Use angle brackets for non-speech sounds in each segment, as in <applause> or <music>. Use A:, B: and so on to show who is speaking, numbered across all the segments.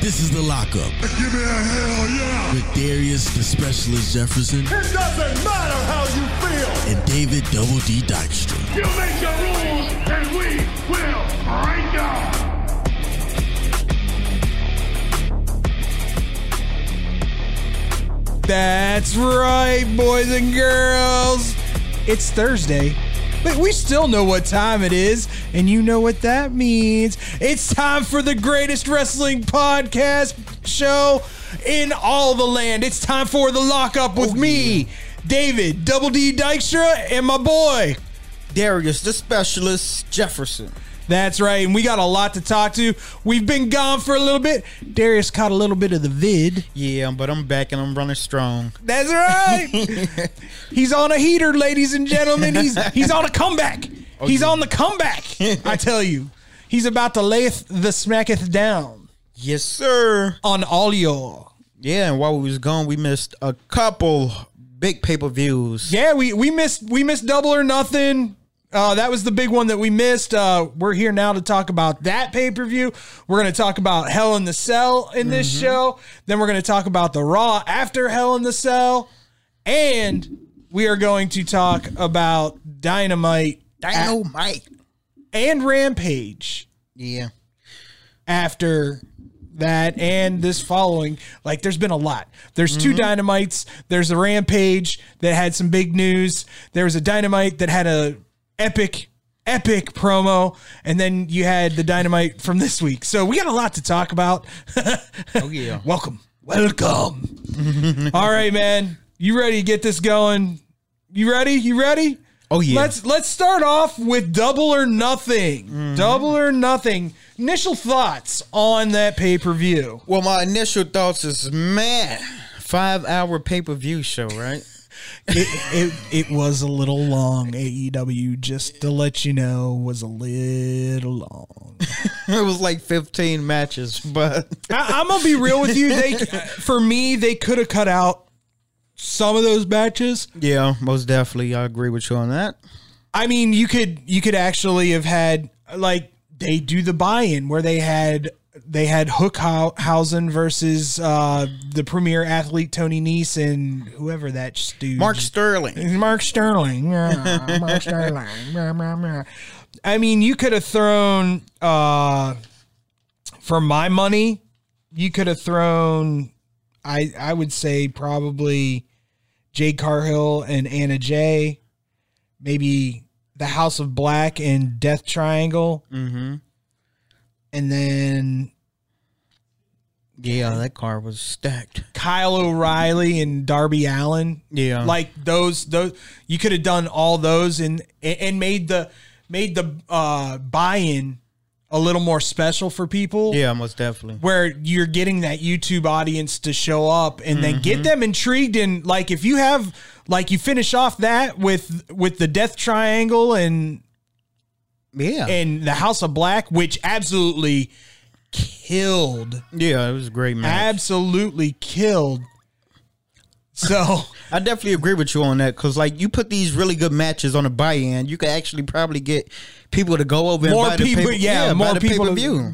A: This is the lockup
B: Give me a hell yeah!
A: with Darius the Specialist Jefferson
B: It doesn't matter how you feel!
A: and David Double D Dykstra.
B: You make the rules and we will break them!
C: That's right, boys and girls. It's Thursday, but we still know what time it is, and you know what that means. It's time for the greatest wrestling podcast show in all the land. It's time for the lockup with me, David Double D Dykstra, and my boy.
D: Darius, the specialist, Jefferson.
C: That's right, and we got a lot to talk to. We've been gone for a little bit. Darius caught a little bit of the vid.
D: Yeah, but I'm back and I'm running strong.
C: That's right. he's on a heater, ladies and gentlemen. He's he's on a comeback. he's on the comeback. I tell you, he's about to layeth the smacketh down
D: Yes, sir.
C: on all y'all.
D: Yeah, and while we was gone, we missed a couple big pay per views.
C: Yeah, we we missed we missed double or nothing. Uh, that was the big one that we missed. Uh, we're here now to talk about that pay per view. We're going to talk about Hell in the Cell in this show. Then we're going to talk about the Raw after Hell in the Cell, and we are going to talk about Dynamite
D: Dynamite.
C: and Rampage
D: Yeah.
C: after that and this following. Like, there's been a lot. There's two dynamites. There's a Rampage that had some big news. There was a dynamite that had a epic, epic promo, and then you had the dynamite from this week. So we got a lot to talk about. <laughs>
D: Oh yeah.
C: Welcome, welcome. <laughs> All right, man. You ready to get this going? You ready? You ready?
D: Oh, yeah.
C: Let's let's start off with double or nothing. Double or nothing. Initial thoughts on that pay per view.
D: Well, my initial thoughts is man, five hour pay per view show, right? <laughs>
C: It, it it was a little long. AEW, just to let you know, was a little long.
D: it was like 15 matches, but <laughs>
C: I, I'm gonna be real with you. <laughs> They for me, they could have cut out some of those matches.
D: yeah, most definitely, I agree with you on that.
C: I mean, you could you could actually have had like they do the buy-in where they had they had Hookhausen versus uh, the premier athlete Tony Nese and whoever that dude
D: Mark Sterling.
C: Mark Sterling. Yeah, Mark Sterling. Yeah, yeah, yeah. I mean, you could have thrown uh, for my money. You could have thrown. I I would say probably Jay Carhill and Anna Jay, maybe the House of Black and Death Triangle, mm-hmm. and then
D: Yeah, that car was stacked.
C: Kyle O'Reilly and Darby Allen.
D: Yeah.
C: like those those you could have done all those and and made the made the uh, buy-in a little more special for people.
D: Yeah, most definitely.
C: Where you're getting that YouTube audience to show up and then
D: Mm-hmm.
C: get them intrigued and like if you have like you finish off that with with the death triangle and
D: Yeah.
C: and the House of Black, which absolutely killed
D: yeah, it was a great match.
C: absolutely killed. So
D: I definitely agree with you on that because, like, you put these really good matches on a buy-in, you could actually probably get people to go over and
C: More
D: buy
C: people-
D: the pay-
C: yeah, more
D: buy the
C: people to-
D: pay-per-view.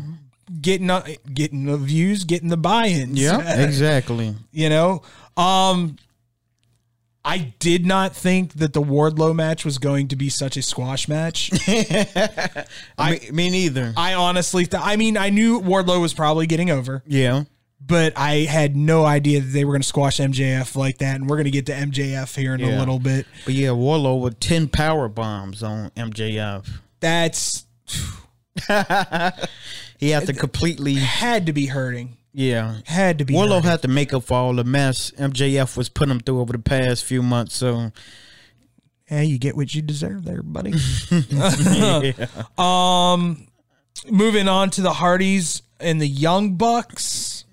C: getting uh, getting the views, getting the buy-ins. <laughs>
D: Yeah, exactly.
C: you know. Um, I did not think that the Wardlow match was going to be such a squash
D: <laughs>
C: match.
D: I, me, me neither.
C: I honestly, th- I mean, I knew Wardlow was probably getting over,
D: yeah,
C: but I had no idea that they were going to squash MJF like that. And we're going to get to MJF here in a
D: Yeah.
C: little bit.
D: but yeah, Warlow with ten power bombs on MJF.
C: That's
D: He had to completely.
C: had to be hurting.
D: Yeah,
C: Had to be.
D: Warlow
C: hurting.
D: had to make up for all the mess MJF was putting him through over the past few months. So
C: Hey, you get what you deserve there,
D: <laughs>
C: buddy. <laughs> Um, moving on to the Hardys and the Young
D: <laughs>
C: Bucks.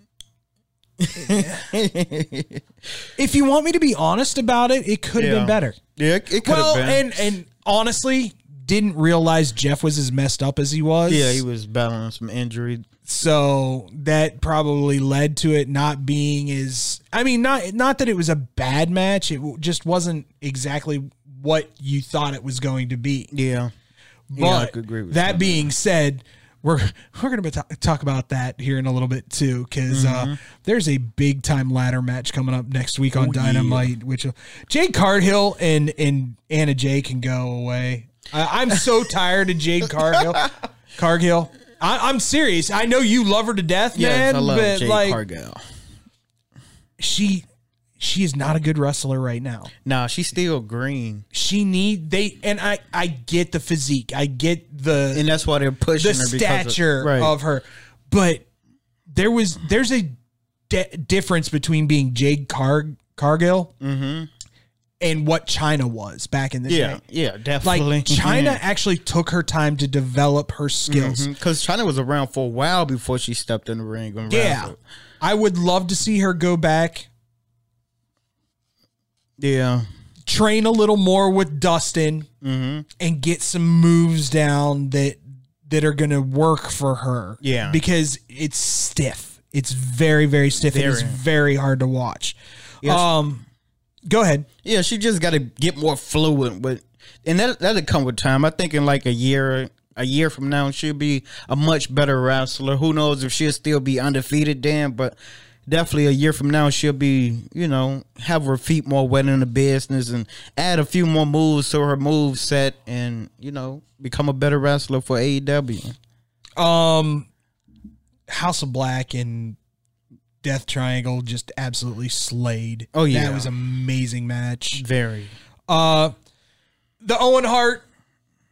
C: if you want me to be honest about it, it could have
D: Yeah.
C: been better.
D: yeah, it, could have
C: Well,
D: been.
C: and and honestly, didn't realize Jeff was as messed up as he was.
D: yeah, he was battling some injury.
C: so that probably led to it not being as. I mean, not not that it was a bad match. It w- just wasn't exactly what you thought it was going to be.
D: Yeah,
C: But
D: I could agree with
C: that
D: you.
C: being said, we're <laughs> we're gonna be ta- talk about that here in a little bit too, because
D: Mm-hmm.
C: uh, there's a big time ladder match coming up next week
D: Oh,
C: on Dynamite, which uh, Jade Cardhill and and Anna Jay can go away. I, I'm
D: <laughs>
C: so tired of Jade Cardhill. Cargill, I, I'm serious. I know you love her to death,
D: Yes,
C: man.
D: I love
C: but
D: Jade
C: like
D: Cargill.
C: she, she is not a good wrestler right now.
D: Nah, she's still green,
C: She need they and I. I get the physique. I get the
D: and that's why they're pushing
C: the
D: her
C: stature
D: because of, right.
C: of her. But there was there's a de- difference between being Jade Car- Cargill and what China was back in the
D: Mm-hmm. yeah,
C: day.
D: yeah,
C: Like
D: definitely. Mm-hmm.
C: China actually took her time to develop her skills.
D: because Mm-hmm. China was around for a while before she stepped in the ring. And
C: Yeah.
D: wrestled.
C: I would love to see her go back,
D: yeah.
C: train a little more with Dustin
D: Mm-hmm.
C: and get some moves down that that are going to work for her.
D: Yeah.
C: Because it's stiff. It's very very stiff and it's very
D: Very.
C: hard to watch. Um go ahead.
D: Yeah, she just got to get more fluent with, and that that'll come with time. I think in like a year, a year from now, she'll be a much better wrestler. Who knows if she'll still be undefeated then? But definitely a year from now, she'll be you know have her feet more wet in the business and add a few more moves to her move set, and you know become a E better wrestler for AEW.
C: Um House of Black and Death Triangle just absolutely slayed.
D: Oh, yeah.
C: That was amazing match.
D: Very.
C: Uh, the Owen Hart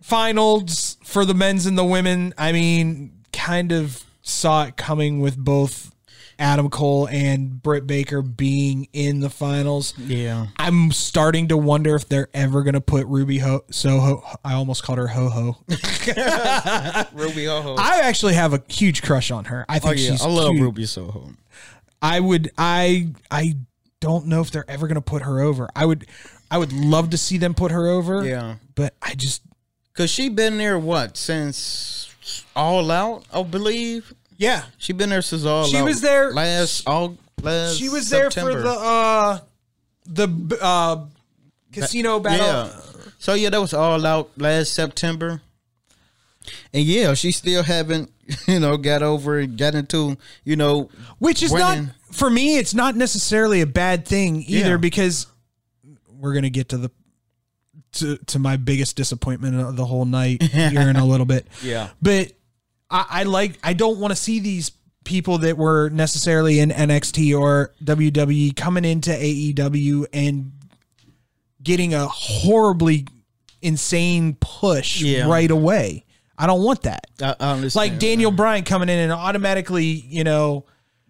C: finals for the men's and the women. I mean, kind of saw it coming with both Adam Cole and Britt Baker being in the finals.
D: Yeah.
C: I'm starting to wonder if they're ever going to put Ruby Ho- Soho. I almost called her Ho
D: <laughs>
C: Ho.
D: Ruby Soho.
C: I actually have a huge crush on her. I
D: Oh
C: think
D: yeah,
C: she's
D: I love
C: cute.
D: Ruby Soho.
C: I would I I don't know if they're ever going to put her over. I would I would love to see them put her over.
D: Yeah.
C: But I just
D: Cause she been there what since All Out, I believe.
C: yeah,
D: She been there since All
C: She
D: Out.
C: was there-
D: last all last.
C: she was there
D: September.
C: for the uh the uh casino battle.
D: yeah. So yeah, that was All Out last September. And yeah, she still haven't <laughs> you know got over it, got into you know
C: Which is
D: Winning.
C: not for me. It's not necessarily a bad thing either
D: Yeah.
C: because we're gonna get to the to to my biggest disappointment of the whole night here in
D: <laughs>
C: a little bit.
D: Yeah.
C: but I, I like. I don't want to see these people that were necessarily in NXT or WWE coming into AEW and getting a horribly insane push
D: Yeah.
C: right away. I don't want that
D: I, I understand.
C: like Daniel Bryan coming in and automatically, you know,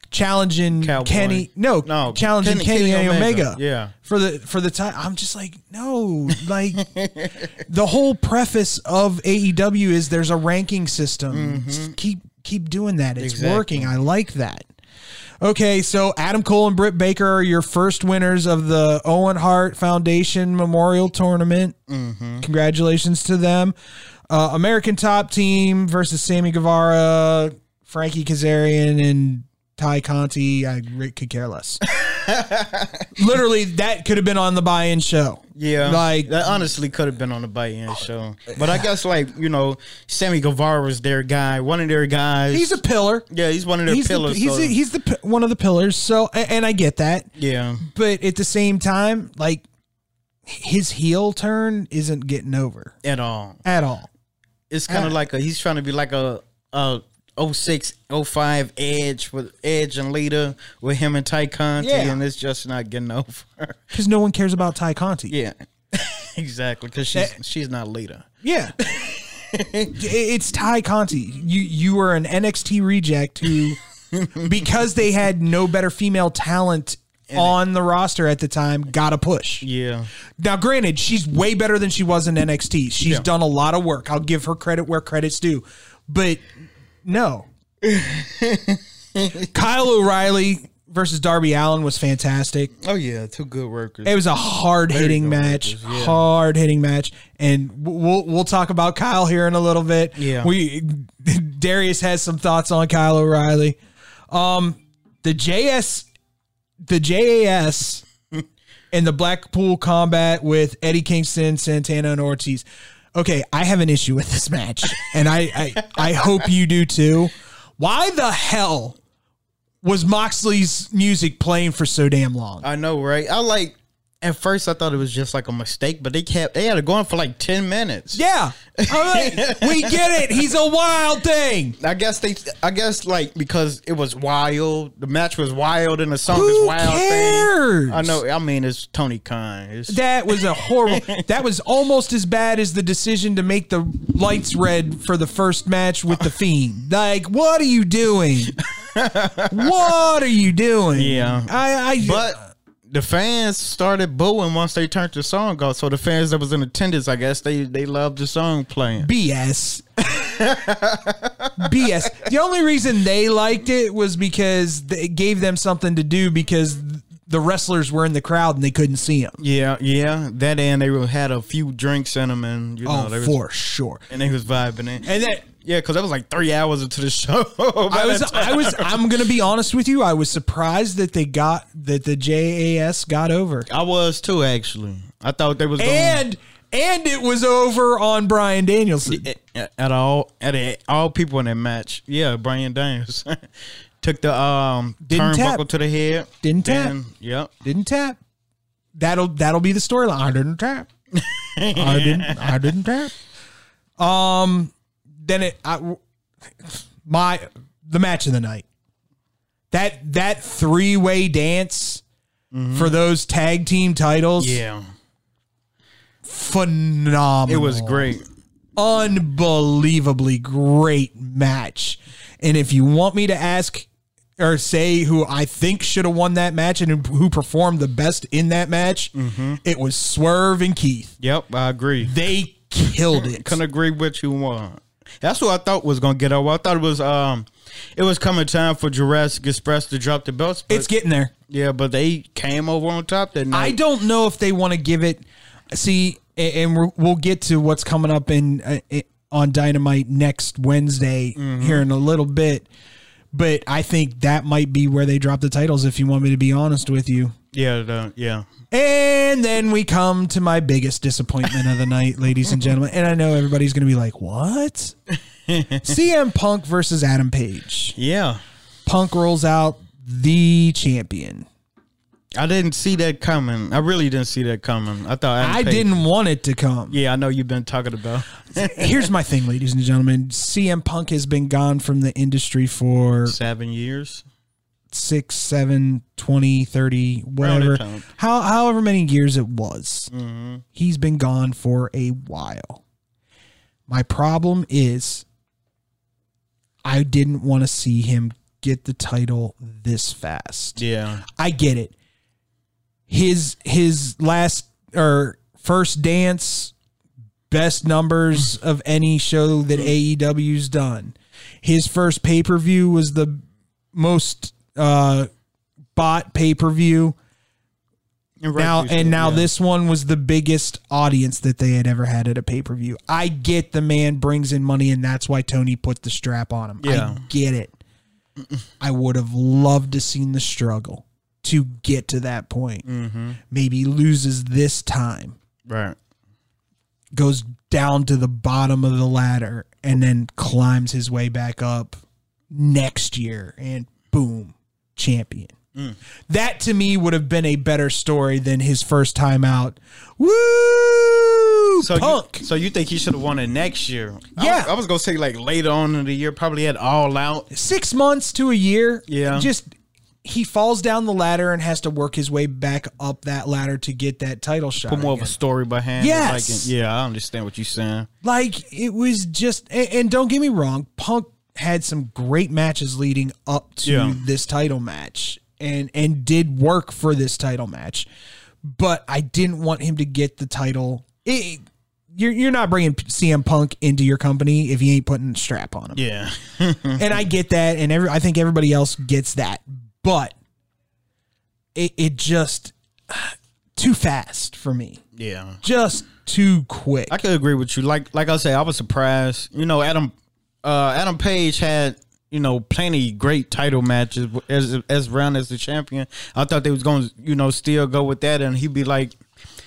C: challenging
D: Cowboy.
C: Kenny. No,
D: No,
C: challenging Kenny,
D: Kenny- Kenny
C: Omega.
D: Omega. Yeah.
C: for the for the time. I'm just like, no, like the whole preface of AEW is there's a ranking system. Just Keep keep doing that. It's
D: Mm-hmm. Exactly.
C: working. I like that. Okay, so Adam Cole and Britt Baker are your first winners of the Owen Hart Foundation Memorial Tournament.
D: Mm-hmm.
C: Congratulations to them. Uh, American Top Team versus Sammy Guevara, Frankie Kazarian, and Ty Conti. I re- could care less. Literally, that could have been on the buy-in show.
D: Yeah,
C: like
D: that honestly could have been on the buy-in show, but I guess like you know, Sammy Guevara was their guy, one of their guys.
C: he's a pillar.
D: yeah, he's one of their
C: he's
D: pillars.
C: the, he's,
D: so-
C: the, he's the p- one of the pillars. So, a- and I get that.
D: yeah,
C: but at the same time, like his heel turn isn't getting over
D: at all.
C: at all.
D: it's kind of like a he's trying to be like a a 06 05 edge with edge and leader with him and Ty Conti
C: Yeah.
D: and it's just not getting <laughs> over.
C: Because no one cares about Ty Conti.
D: yeah. <laughs> exactly cuz she's she's not leader.
C: <laughs> Yeah. I- it's Ty Conti. You you are an NXT reject who because they had no better female talent on the roster at the time, got a push.
D: Yeah.
C: Now, granted, she's way better than she was in NXT. She's done a lot of work. I'll give her credit where credit's due. But no. Kyle O'Reilly versus Darby Allen was fantastic.
D: Oh yeah, two good workers.
C: It was a hard hitting
D: good
C: match, hard hitting match, and w- we'll we'll talk about Kyle here in a little bit.
D: Yeah.
C: we <laughs> Darius has some thoughts on Kyle O'Reilly. Um, the JS, the JAS, and the Blackpool combat with Eddie Kingston, Santana, and Ortiz. okay, I have an issue with this match, and I I, I hope you do too. Why the hell was Moxley's music playing for so damn long?
D: I know, right? I like. At first, I thought it was just like a mistake, but they kept they had it going for like ten minutes.
C: yeah, all right, we get it. He's a wild thing.
D: I guess they. I guess like because it was wild. The match was wild, and the song
C: Who
D: is wild. thing.
C: cares?
D: I know. I mean, it's Tony Khan. It's,
C: That was a horrible. that was almost as bad as the decision to make the lights red for the first match with the Fiend. Like, what are you doing? what are you doing?
D: Yeah.
C: I. I
D: but the fans started booing once they turned the song off. So the fans that was in attendance, I guess they they loved the song playing.
C: BS. BS. The only reason they liked it was because th- it gave them something to do because th- the wrestlers were in the crowd and they couldn't see them.
D: Yeah, yeah. That and they had a few drinks in them, and you know,
C: oh,
D: they was,
C: for sure.
D: and they was vibing in.
C: And that
D: Yeah, because that was like three hours into the <laughs> show.
C: I was, I was, I'm gonna be honest with you. I was surprised that they got that the JAS got over,
D: <laughs> I was too. Actually, I thought they was gonna-
C: and and it was over on Brian Danielson.
D: at, at all at a, all people in that match. Yeah, Brian Daniels <laughs> took the um
C: Didn't
D: turnbuckle
C: tap.
D: to the head.
C: Didn't tap.
D: Then- Yep.
C: Didn't tap. That'll that'll be the storyline. I didn't <laughs> tap. I didn't. I didn't tap. Um. Then it. I, my the match of the night. That that three way dance for those tag team titles.
D: Yeah,
C: Phenomenal.
D: it was great.
C: unbelievably great match. And if you want me to ask or say who I think should have won that match and who performed the best in that match,
D: Mm-hmm.
C: it was Swerve and Keith.
D: Yep, I agree.
C: They killed it.
D: Couldn't agree with you more. That's what I thought was gonna get over. I thought it was um, it was coming time for Jurassic Express to drop the belts. But,
C: it's getting there.
D: yeah, but they came over on top that
C: I
D: night.
C: don't know if they want to give it. See, a- and we're- we'll get to what's coming up in uh, i- on Dynamite next Wednesday
D: Mm-hmm.
C: here in a little bit. But I think that might be where they drop the titles. If you want me to be honest with you,
D: yeah, the, yeah.
C: And then we come to my biggest disappointment of the night, ladies and gentlemen. And I know everybody's going to be like,
D: <laughs>
C: what? CM Punk versus Adam Page.
D: Yeah,
C: Punk rolls out the champion.
D: I didn't see that coming. I really didn't see that coming. I thought Adam
C: I
D: Page-
C: didn't want it to come.
D: Yeah, I know you've been talking about.
C: Here's my thing, ladies and gentlemen. CM Punk has been gone from the industry for
D: seven years.
C: six, seven, 20, 30, whatever.
D: time.
C: How, however many years it was. He's been gone for a while. My problem is I didn't want to see him get the title this fast.
D: Yeah,
C: I get it. His his last or first dance best numbers of any show that AEW's done. His first pay-per-view was the most uh bought pay-per-view. Now and now this one was the biggest audience that they had ever had at a pay-per-view. I get the man brings in money and that's why Tony put the strap on him.
D: Yeah.
C: I get it. I would have loved to seen the struggle to get to that point. Maybe loses this time
D: right.
C: goes down to the bottom of the ladder and then climbs his way back up next year and boom, champion.
D: Mm.
C: That to me would have been a better story than his first time out. Woo!
D: So
C: punk.
D: You, so you think he should have won it next year? I
C: Yeah.
D: was, I was gonna say like later on in the year, probably at All Out.
C: Six months to a year.
D: Yeah.
C: Just he falls down the ladder and has to work his way back up that ladder to get that title shot.
D: Put more of a
C: again.
D: story behind. it,
C: Yes.
D: like, yeah, I understand what you're saying.
C: Like it was just, and, and don't get me wrong, Punk had some great matches leading up to
D: Yeah.
C: this title match, and and did work for this title match, but I didn't want him to get the title. It, you're you're not bringing CM Punk into your company if you ain't putting a strap on him,
D: Yeah. <laughs>
C: and I get that, and every I think everybody else gets that, but it it just <sighs> too fast for me,
D: yeah.
C: just too quick.
D: I could agree with you. Like like I say, I was surprised. You know, Adam uh, Adam Page had you know plenty great title matches as as round as the champion. I thought they was going to you know still go with that, and he'd be like,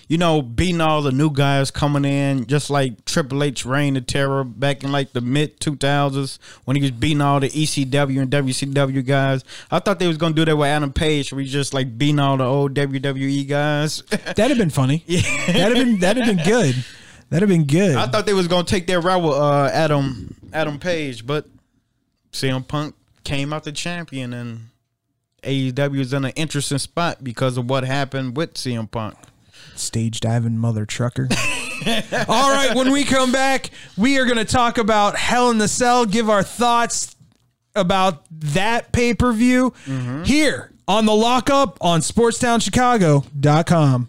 D: you know, beating all the new guys coming in, just like Triple H reign of terror back in like the mid two thousands when he was beating all the ECW and WCW guys. I thought they was gonna do that with Adam Page, where he just like beating all the old WWE guys.
C: That'd have been funny. That'd have been that'd have been good. That'd have been good.
D: I thought they was gonna take that route with uh, Adam Adam Page, but CM Punk came out the champion, and AEW is in an interesting spot because of what happened with CM Punk.
C: Stage diving mother trucker.
E: <laughs> All right, when we come back, we are going to talk about Hell in the Cell, give our thoughts about that pay per view here on the lockup on sportstownchicago.com.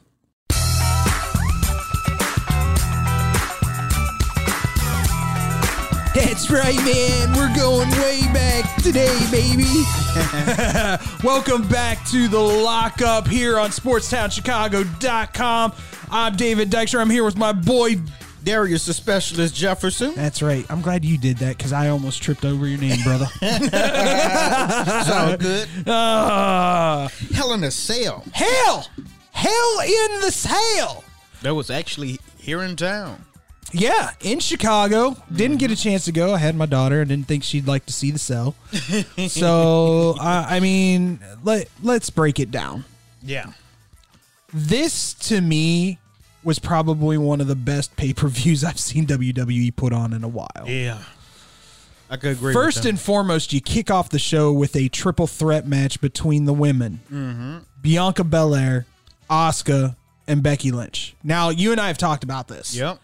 E: That's right, man. We're going way back today, baby. Welcome back to the lockup here on sportstownchicago.com. I'm David Dykstra. I'm here with my boy.
D: Darius the Specialist Jefferson. <laughs>
C: That's right. I'm glad you did that because I almost tripped over your name, brother.
D: That's all good.
E: Uh,
D: Hell in a Cell.
E: hell! Hell in the sail!
D: That was actually here in town.
E: Yeah.
C: in Chicago. Didn't get a chance to go. I had my daughter and didn't think she'd like to see the cell. so I I mean, let let's break it down.
D: Yeah.
C: This to me was probably one of the best pay per views <laughs> I've seen WWE put on in a while.
D: Yeah. I could agree.
C: First
D: with
C: and foremost, you kick off the show with a triple threat match between the women
D: Mm-hmm.
C: Bianca Belair, Asuka, and Becky Lynch. Now, you and I have talked about this.
D: Yep.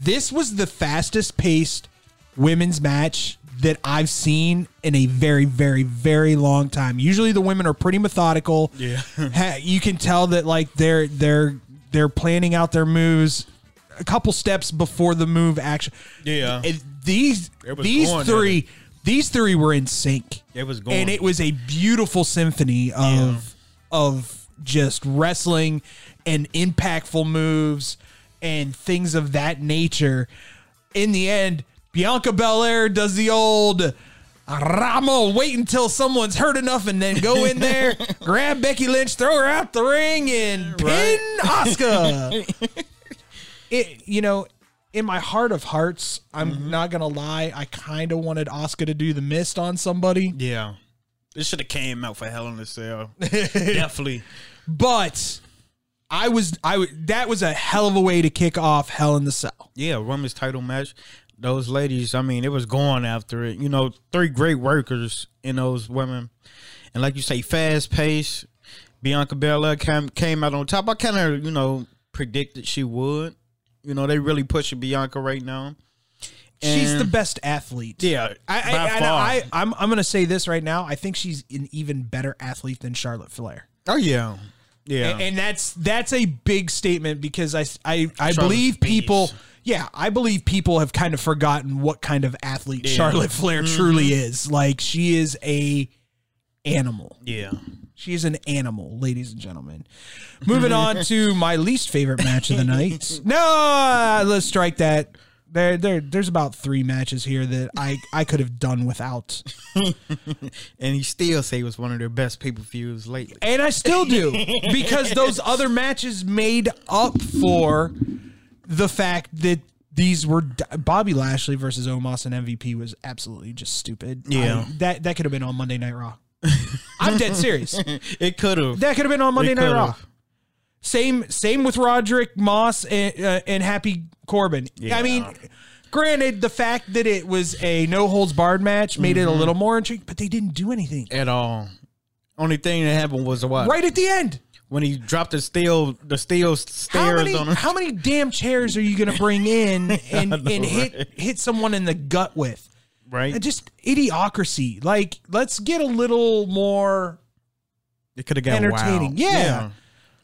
C: This was the fastest paced women's match that I've seen in a very, very, very long time. Usually the women are pretty methodical.
D: Yeah.
C: <laughs> Ha- you can tell that like they're they're they're planning out their moves a couple steps before the move action.
D: Yeah.
C: It- these
D: It was
C: these
D: going,
C: three these three were in sync.
D: It was going.
C: And it was a beautiful symphony of of just wrestling and impactful moves and things of that nature. In the end, Bianca Belair does the old Ramo, wait until someone's hurt enough and then go in
D: <laughs>
C: there, grab Becky Lynch, throw her out the ring, and pin Oscar. it you know in my heart of hearts i'm
D: Mm-hmm.
C: not gonna lie i kind of wanted oscar to do the mist on somebody
D: Yeah. It should have came out for Hell in a <laughs> Cell. Definitely.
C: but i was i w- that was a hell of a way to kick off hell in the cell
D: Yeah, Roman's title match. Those ladies, I mean, it was going after it. You know, three great workers in those women, and like you say, fast pace. Bianca Belair came came out on top. I kind of you know predicted she would. You know, they really pushing Bianca right now.
C: she's
D: And-
C: the best athlete
D: Yeah,
C: I, I,
D: by
C: and
D: far.
C: I, I'm, I'm gonna say this right now. I think she's an even better athlete than Charlotte Flair,
D: oh yeah, yeah.
C: and, and that's that's a big statement because I I, I
D: Charlotte's
C: believe
D: beast.
C: people, yeah, I believe people have kind of forgotten what kind of athlete Charlotte Flair
D: Mm-hmm.
C: truly is. Like she is a animal.
D: yeah,
C: She is an animal, ladies and gentlemen. Moving on
D: <laughs>
C: to my least favorite match of the night. No, uh, let's strike that. There, there, there's about three matches here that I, I could have done without,
D: and he still say it was one of their best pay per views lately.
C: and I still do
D: <laughs>
C: because those other matches made up for the fact that these were Bobby Lashley versus Omos and MVP was absolutely just stupid.
D: Yeah.
C: I- that that could have been on Monday Night Raw. I'm dead serious.
D: It could have.
C: That could have been on Monday
D: It
C: Night Raw.
D: could've.
C: Same same with Roderick Moss and, uh, and Happy Corbin. I mean, granted, the fact that it was a no holds barred match made
D: Mm-hmm.
C: it a little more intriguing, but they didn't do anything
D: at all. Only thing that happened was what
C: right at the end.
D: when he dropped the steel the steel
C: How
D: stairs
C: many,
D: on him.
C: how many damn chairs are you going to bring
D: <laughs>
C: in and, and hit hit someone in the gut with?
D: right?
C: Uh, Just idiocracy. Like, let's get a little more
D: It could have got
C: entertaining.
D: wild.
C: Yeah.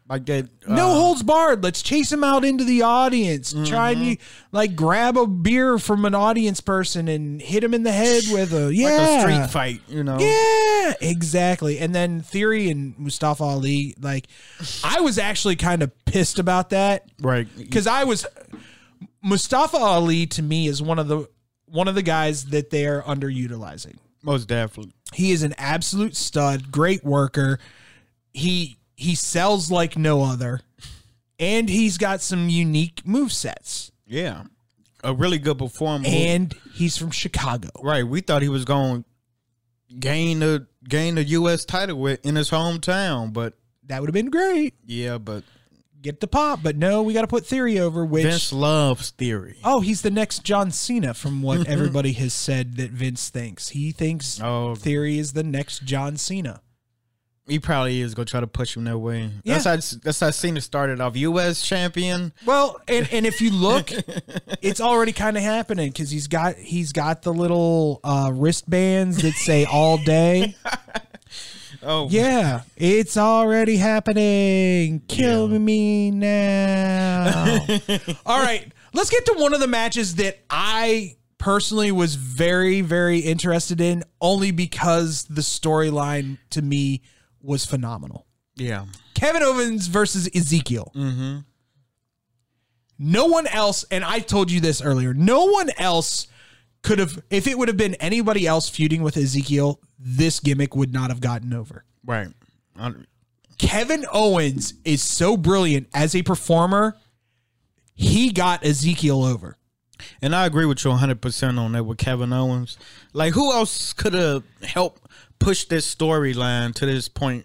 D: Like that.
C: no
D: uh,
C: holds barred. Let's chase him out into the audience. Try
D: Mm-hmm.
C: and like grab a beer from an audience person and hit him in the head with a yeah,
D: Like a street fight, you know?
C: yeah, exactly. And then Theory and Mustafa Ali. Like, I was actually kind of pissed about that
D: Right.
C: because I was Mustafa Ali to me is one of the one of the guys that they are underutilizing.
D: Most definitely.
C: He is an absolute stud, great worker. He he sells like no other. and he's got some unique move sets.
D: Yeah. A really good performer.
C: And he's from Chicago.
D: right, we thought he was going to gain the gain the US title with in his hometown, but
C: That would have been great.
D: yeah, but
C: Get the pop, but no, we got to put Theory over. Which
D: Vince loves theory.
C: oh, he's the next John Cena from what everybody has said that Vince thinks. He thinks
D: Oh.
C: Theory is the next John Cena.
D: He probably is going to try to push him that way.
C: Yeah.
D: That's how that's how Cena started off US champion.
C: Well, and, and if you look, it's already kind of happening because he's got he's got the little uh, wristbands that say all day.
D: Oh.
C: Yeah, it's already happening. Kill me now. All right, let's get to one of the matches that I personally was very very interested in, only because the storyline to me was phenomenal.
D: Yeah.
C: Kevin Owens versus Ezekiel. No one else, and I told you this earlier, no one else could have, if it would have been anybody else feuding with Ezekiel, this gimmick would not have gotten over.
D: Right. I-
C: Kevin Owens is so brilliant as a performer, he got Ezekiel over.
D: And I agree with you 100% on that with Kevin Owens. Like, who else could have helped push this storyline to this point?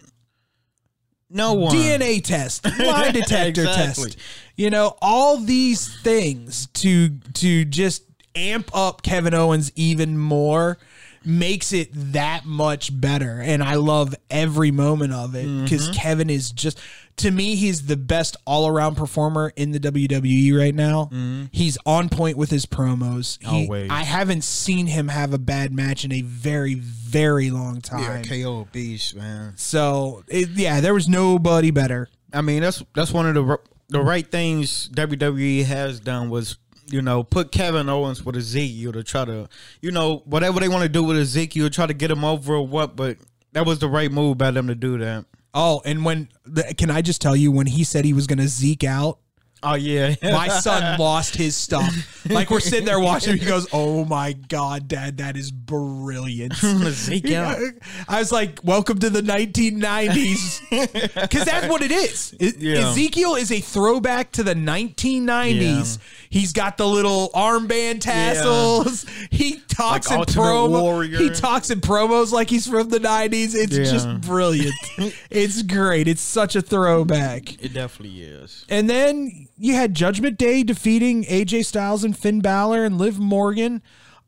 D: No one.
C: DNA
D: <laughs>
C: test, lie detector
D: Exactly.
C: test. You know, all these things to to just amp up Kevin Owens even more makes it that much better and I love every moment of it
D: Mm-hmm.
C: cuz Kevin is just to me he's the best all-around performer in the WWE right now. He's on point with his promos. He-
D: Mm-hmm. Always.
C: I haven't seen him have a bad match in a very very long
D: Yeah,
C: time.
D: KO Beast, man.
C: So, it, yeah, there was nobody better.
D: I mean, that's that's one of the r- the right things WWE has done was you know put Kevin Owens with Ezekiel to try to you know whatever they want to do with Ezekiel, try to get him over or what. But that was the right move by them to do that.
C: Oh, and when the- can I just tell you when he said he was going to zeke out,
D: Oh yeah, <laughs>
C: my son lost his stuff. Like we're sitting there watching, him, he goes, "Oh my god, Dad, that is brilliant."
D: <laughs> Ezekiel.
C: <laughs> I was like, "Welcome to the
D: <laughs>
C: 1990s," because that's what it is. E-
D: Yeah.
C: Ezekiel is a throwback to the 1990s. He's got the little armband tassels. He talks
D: Like
C: in
D: Ultimate
C: promo.
D: Warrior.
C: He talks in promos like he's from the 90s. It's
D: Yeah.
C: just brilliant.
D: <laughs>
C: it's great. It's such a throwback.
D: It definitely is.
C: And then you had Judgment Day defeating AJ Styles and Finn Balor and Liv Morgan.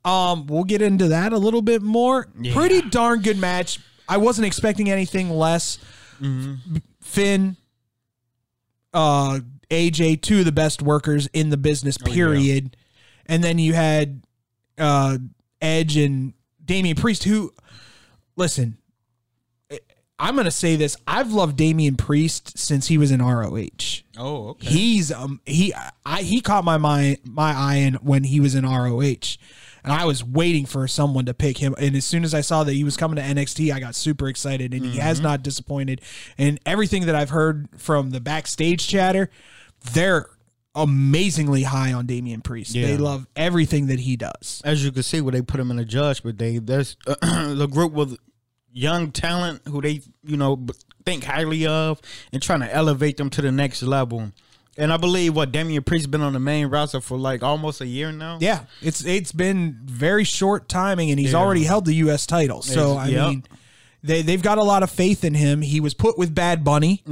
C: Um, we'll get into that a little bit more. Pretty darn good match. I wasn't expecting anything less. Finn, uh, AJ, two of the best workers in the business, period. And then you had uh, Edge and Damian Priest, who, listen, I'm going to say this. I've loved Damian Priest since he was in ROH.
D: Oh, okay.
C: He's um he I he caught my mind my eye in when he was in ROH, and I was waiting for someone to pick him. And as soon as I saw that he was coming to NXT, I got super excited, and he
D: Mm-hmm.
C: has not disappointed. And everything that I've heard from the backstage chatter, they're amazingly high on Damian Priest. They
D: Yeah.
C: love everything that he does.
D: as you can see, when they put him in a judgment day, there's <clears throat> the group with young talent who they you know b- think highly of and trying to elevate them to the next level. And I believe what Damian Priest been on the main roster for like almost a year now.
C: Yeah, it's it's been very short timing, and he's already held the U.S. title. So I
D: It's- yep.
C: mean, they they've got a lot of faith in him. He was put with Bad Bunny,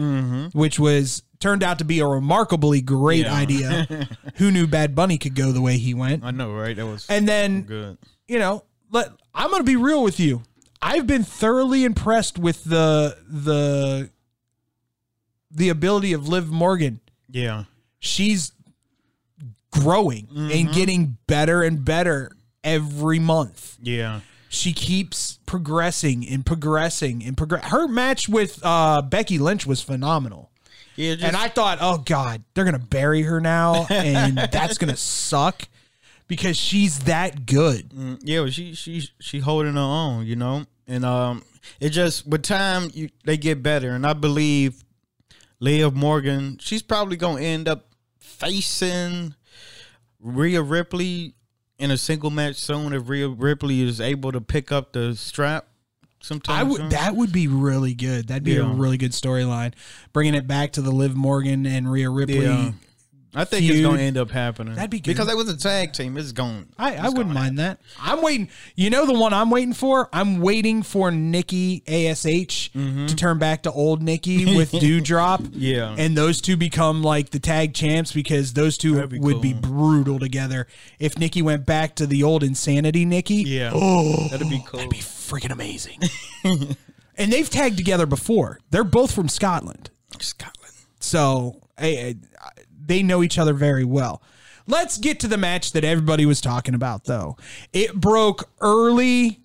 C: which was turned out to be a remarkably great
D: Mm-hmm. Yeah. <laughs>
C: idea. Who knew Bad Bunny could go the way he went?
D: I know, right? That was
C: And then
D: good.
C: you know, let I'm gonna be real with you. I've been thoroughly impressed with the the the ability of Liv Morgan
D: Yeah,
C: she's growing
D: Mm-hmm.
C: and getting better and better every month.
D: yeah,
C: She keeps progressing and progressing and progress. Her match with uh, Becky Lynch was phenomenal.
D: yeah. Just,
C: And I thought, oh God, they're going to bury her now.
D: <laughs>
C: And that's going to suck because she's that good.
D: yeah, she she she holding her own, you know. And um, it just with time you they get better, and I believe Liv Morgan, she's probably gonna end up facing Rhea Ripley in a single match soon if Rhea Ripley is able to pick up the strap. Sometimes
C: I would.
D: huh?
C: That would be really good. That'd be a
D: Yeah.
C: really good storyline, bringing it back to the Liv Morgan and Rhea Ripley.
D: Yeah. I think it's
C: feud.
D: gonna end up happening.
C: That'd be good.
D: because that was a tag team. It's gone.
C: I, I wouldn't mind that. I'm waiting. You know the one I'm waiting for? I'm waiting for Nikki ASH to turn back to old Nikki
D: <laughs>
C: with Dewdrop.
D: Mm-hmm. Yeah.
C: And those two become like the tag champs because those two
D: be
C: would be
D: cool.
C: brutal together. If Nikki went back to the old insanity Nikki,
D: Yeah,
C: Oh.
D: that'd be cool.
C: be freaking amazing. <laughs> and they've tagged together before. They're both from Scotland.
D: Scotland.
C: So eh, eh, they know each other very well. Let's get to the match that everybody was talking about, though. It broke early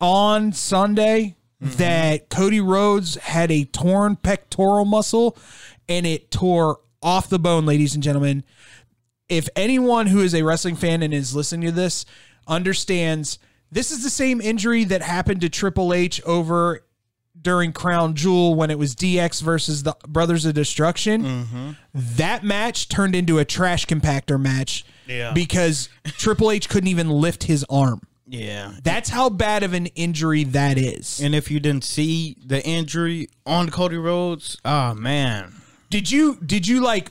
C: on Sunday that Cody Rhodes had a torn pectoral muscle and it tore off the bone, ladies and gentlemen. If anyone who is a wrestling fan and is listening to this understands, this is the same injury that happened to Triple H over during Crown Jewel when it was DX versus the Brothers of Destruction.
D: Mm-hmm.
C: That match turned into a trash compactor match
D: Yeah. <laughs>
C: because Triple H couldn't even lift his arm.
D: Yeah,
C: That's how bad of an injury that is.
D: and if you didn't see the injury on Cody Rhodes, oh man,
C: Did you did you like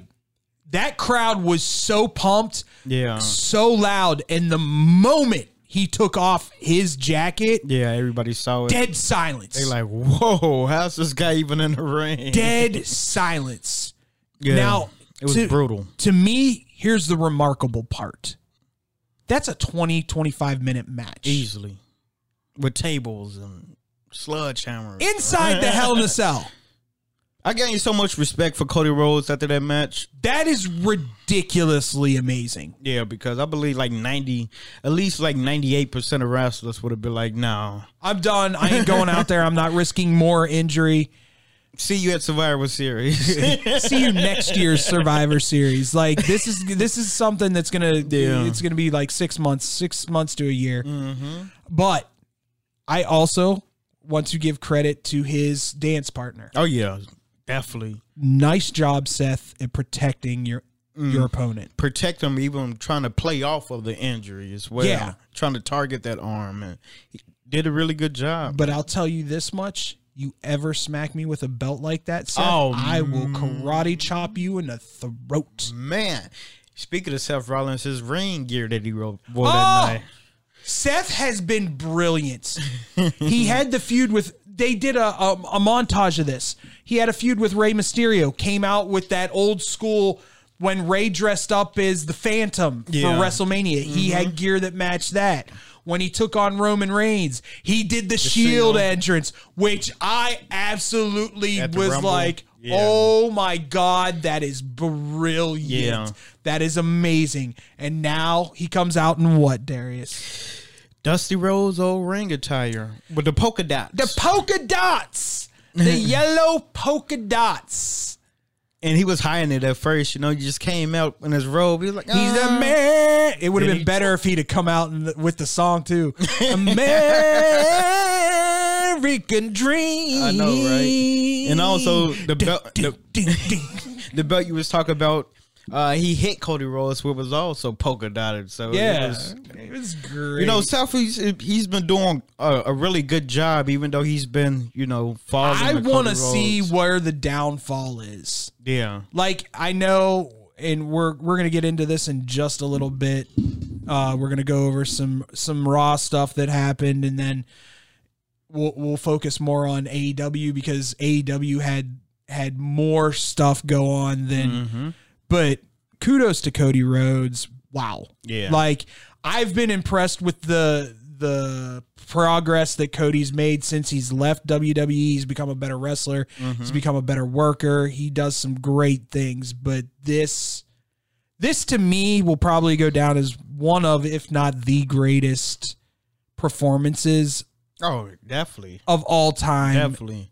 C: that crowd was so pumped,
D: yeah,
C: so loud and the moment he took off his jacket,
D: yeah. Everybody saw it.
C: dead silence.
D: They like, whoa, how's this guy even in the ring?
C: dead silence.
D: Yeah,
C: Now,
D: it was
C: to-
D: brutal.
C: To me, here's the remarkable part. That's a 20 25 minute match.
D: easily with tables and sledgehammers.
C: Inside the Hell in a Cell.
D: I gained so much respect for Cody Rhodes after that match.
C: That is ridiculously amazing.
D: Yeah, because I believe like ninety, at least like ninety eight percent of wrestlers would have been like, "No,
C: I'm done. I ain't going out there. I'm not risking more injury.
D: see you at Survivor Series." <laughs>
C: See you next year's Survivor Series. Like this is this is something that's gonna
D: Yeah.
C: it's gonna be like six months, six months to a year. But I also want to give credit to his dance partner.
D: oh yeah, definitely
C: Nice job, Seth, at protecting your your opponent.
D: protect him even trying to play off of the injury as well.
C: Yeah.
D: trying to target that arm and he did a really good job.
C: But I'll tell you this much: you ever smack me with a belt like that, Seth,
D: Oh,
C: I will karate chop you in the throat.
D: Man, speaking of Seth Rollins, his ring gear that he wore, wore
C: Oh!
D: that night.
C: Seth has been brilliant.
D: <laughs>
C: he had the feud with. They did a, a a montage of this. He had a feud with Rey Mysterio. Came out with that old school when Rey dressed up as the Phantom
D: Yeah. Mm-hmm.
C: for WrestleMania. He had gear that matched that. When he took on Roman Reigns, he did the, Shield
D: Shield.
C: entrance, which I absolutely
D: At the
C: was
D: Rumble.
C: like,
D: Yeah.
C: "Oh my god, that is brilliant!
D: Yeah.
C: That is amazing!" And now he comes out in what, Darius?
D: Dusty Rose old ring attire with the polka dots.
C: The polka dots.
D: <laughs>
C: The yellow polka dots.
D: and he was hiding it at first, you know. He just came out in his robe. He was like,
C: He's
D: "Ah."
C: a man. It would have
D: Did
C: been
D: he-
C: better if he'd have come out in the, with the song too.
D: <laughs>
C: American dream.
D: I know, right? And also the belt, the, <laughs> the belt you was talking about. Uh, he hit Cody Rhodes, which was also polka dotted. So it
C: yeah,
D: was-
C: it was great.
D: you know, South he's, he's been doing a, a really good job, even though he's been you know falling.
C: I
D: want to Cody
C: see
D: Rhodes.
C: where the downfall is.
D: yeah,
C: like I know, and we're we're gonna get into this in just a little bit. Uh, we're gonna go over some some raw stuff that happened, and then we'll we'll focus more on AEW because AEW had had more stuff go on than. But kudos to Cody Rhodes. Wow.
D: Yeah.
C: Like I've been impressed with the the progress that Cody's made since he's left WWE. He's become a better wrestler. He's become a better worker. He does some great things, but this this to me will probably go down as one of if not the greatest performances
D: oh, definitely,
C: of all time
D: definitely.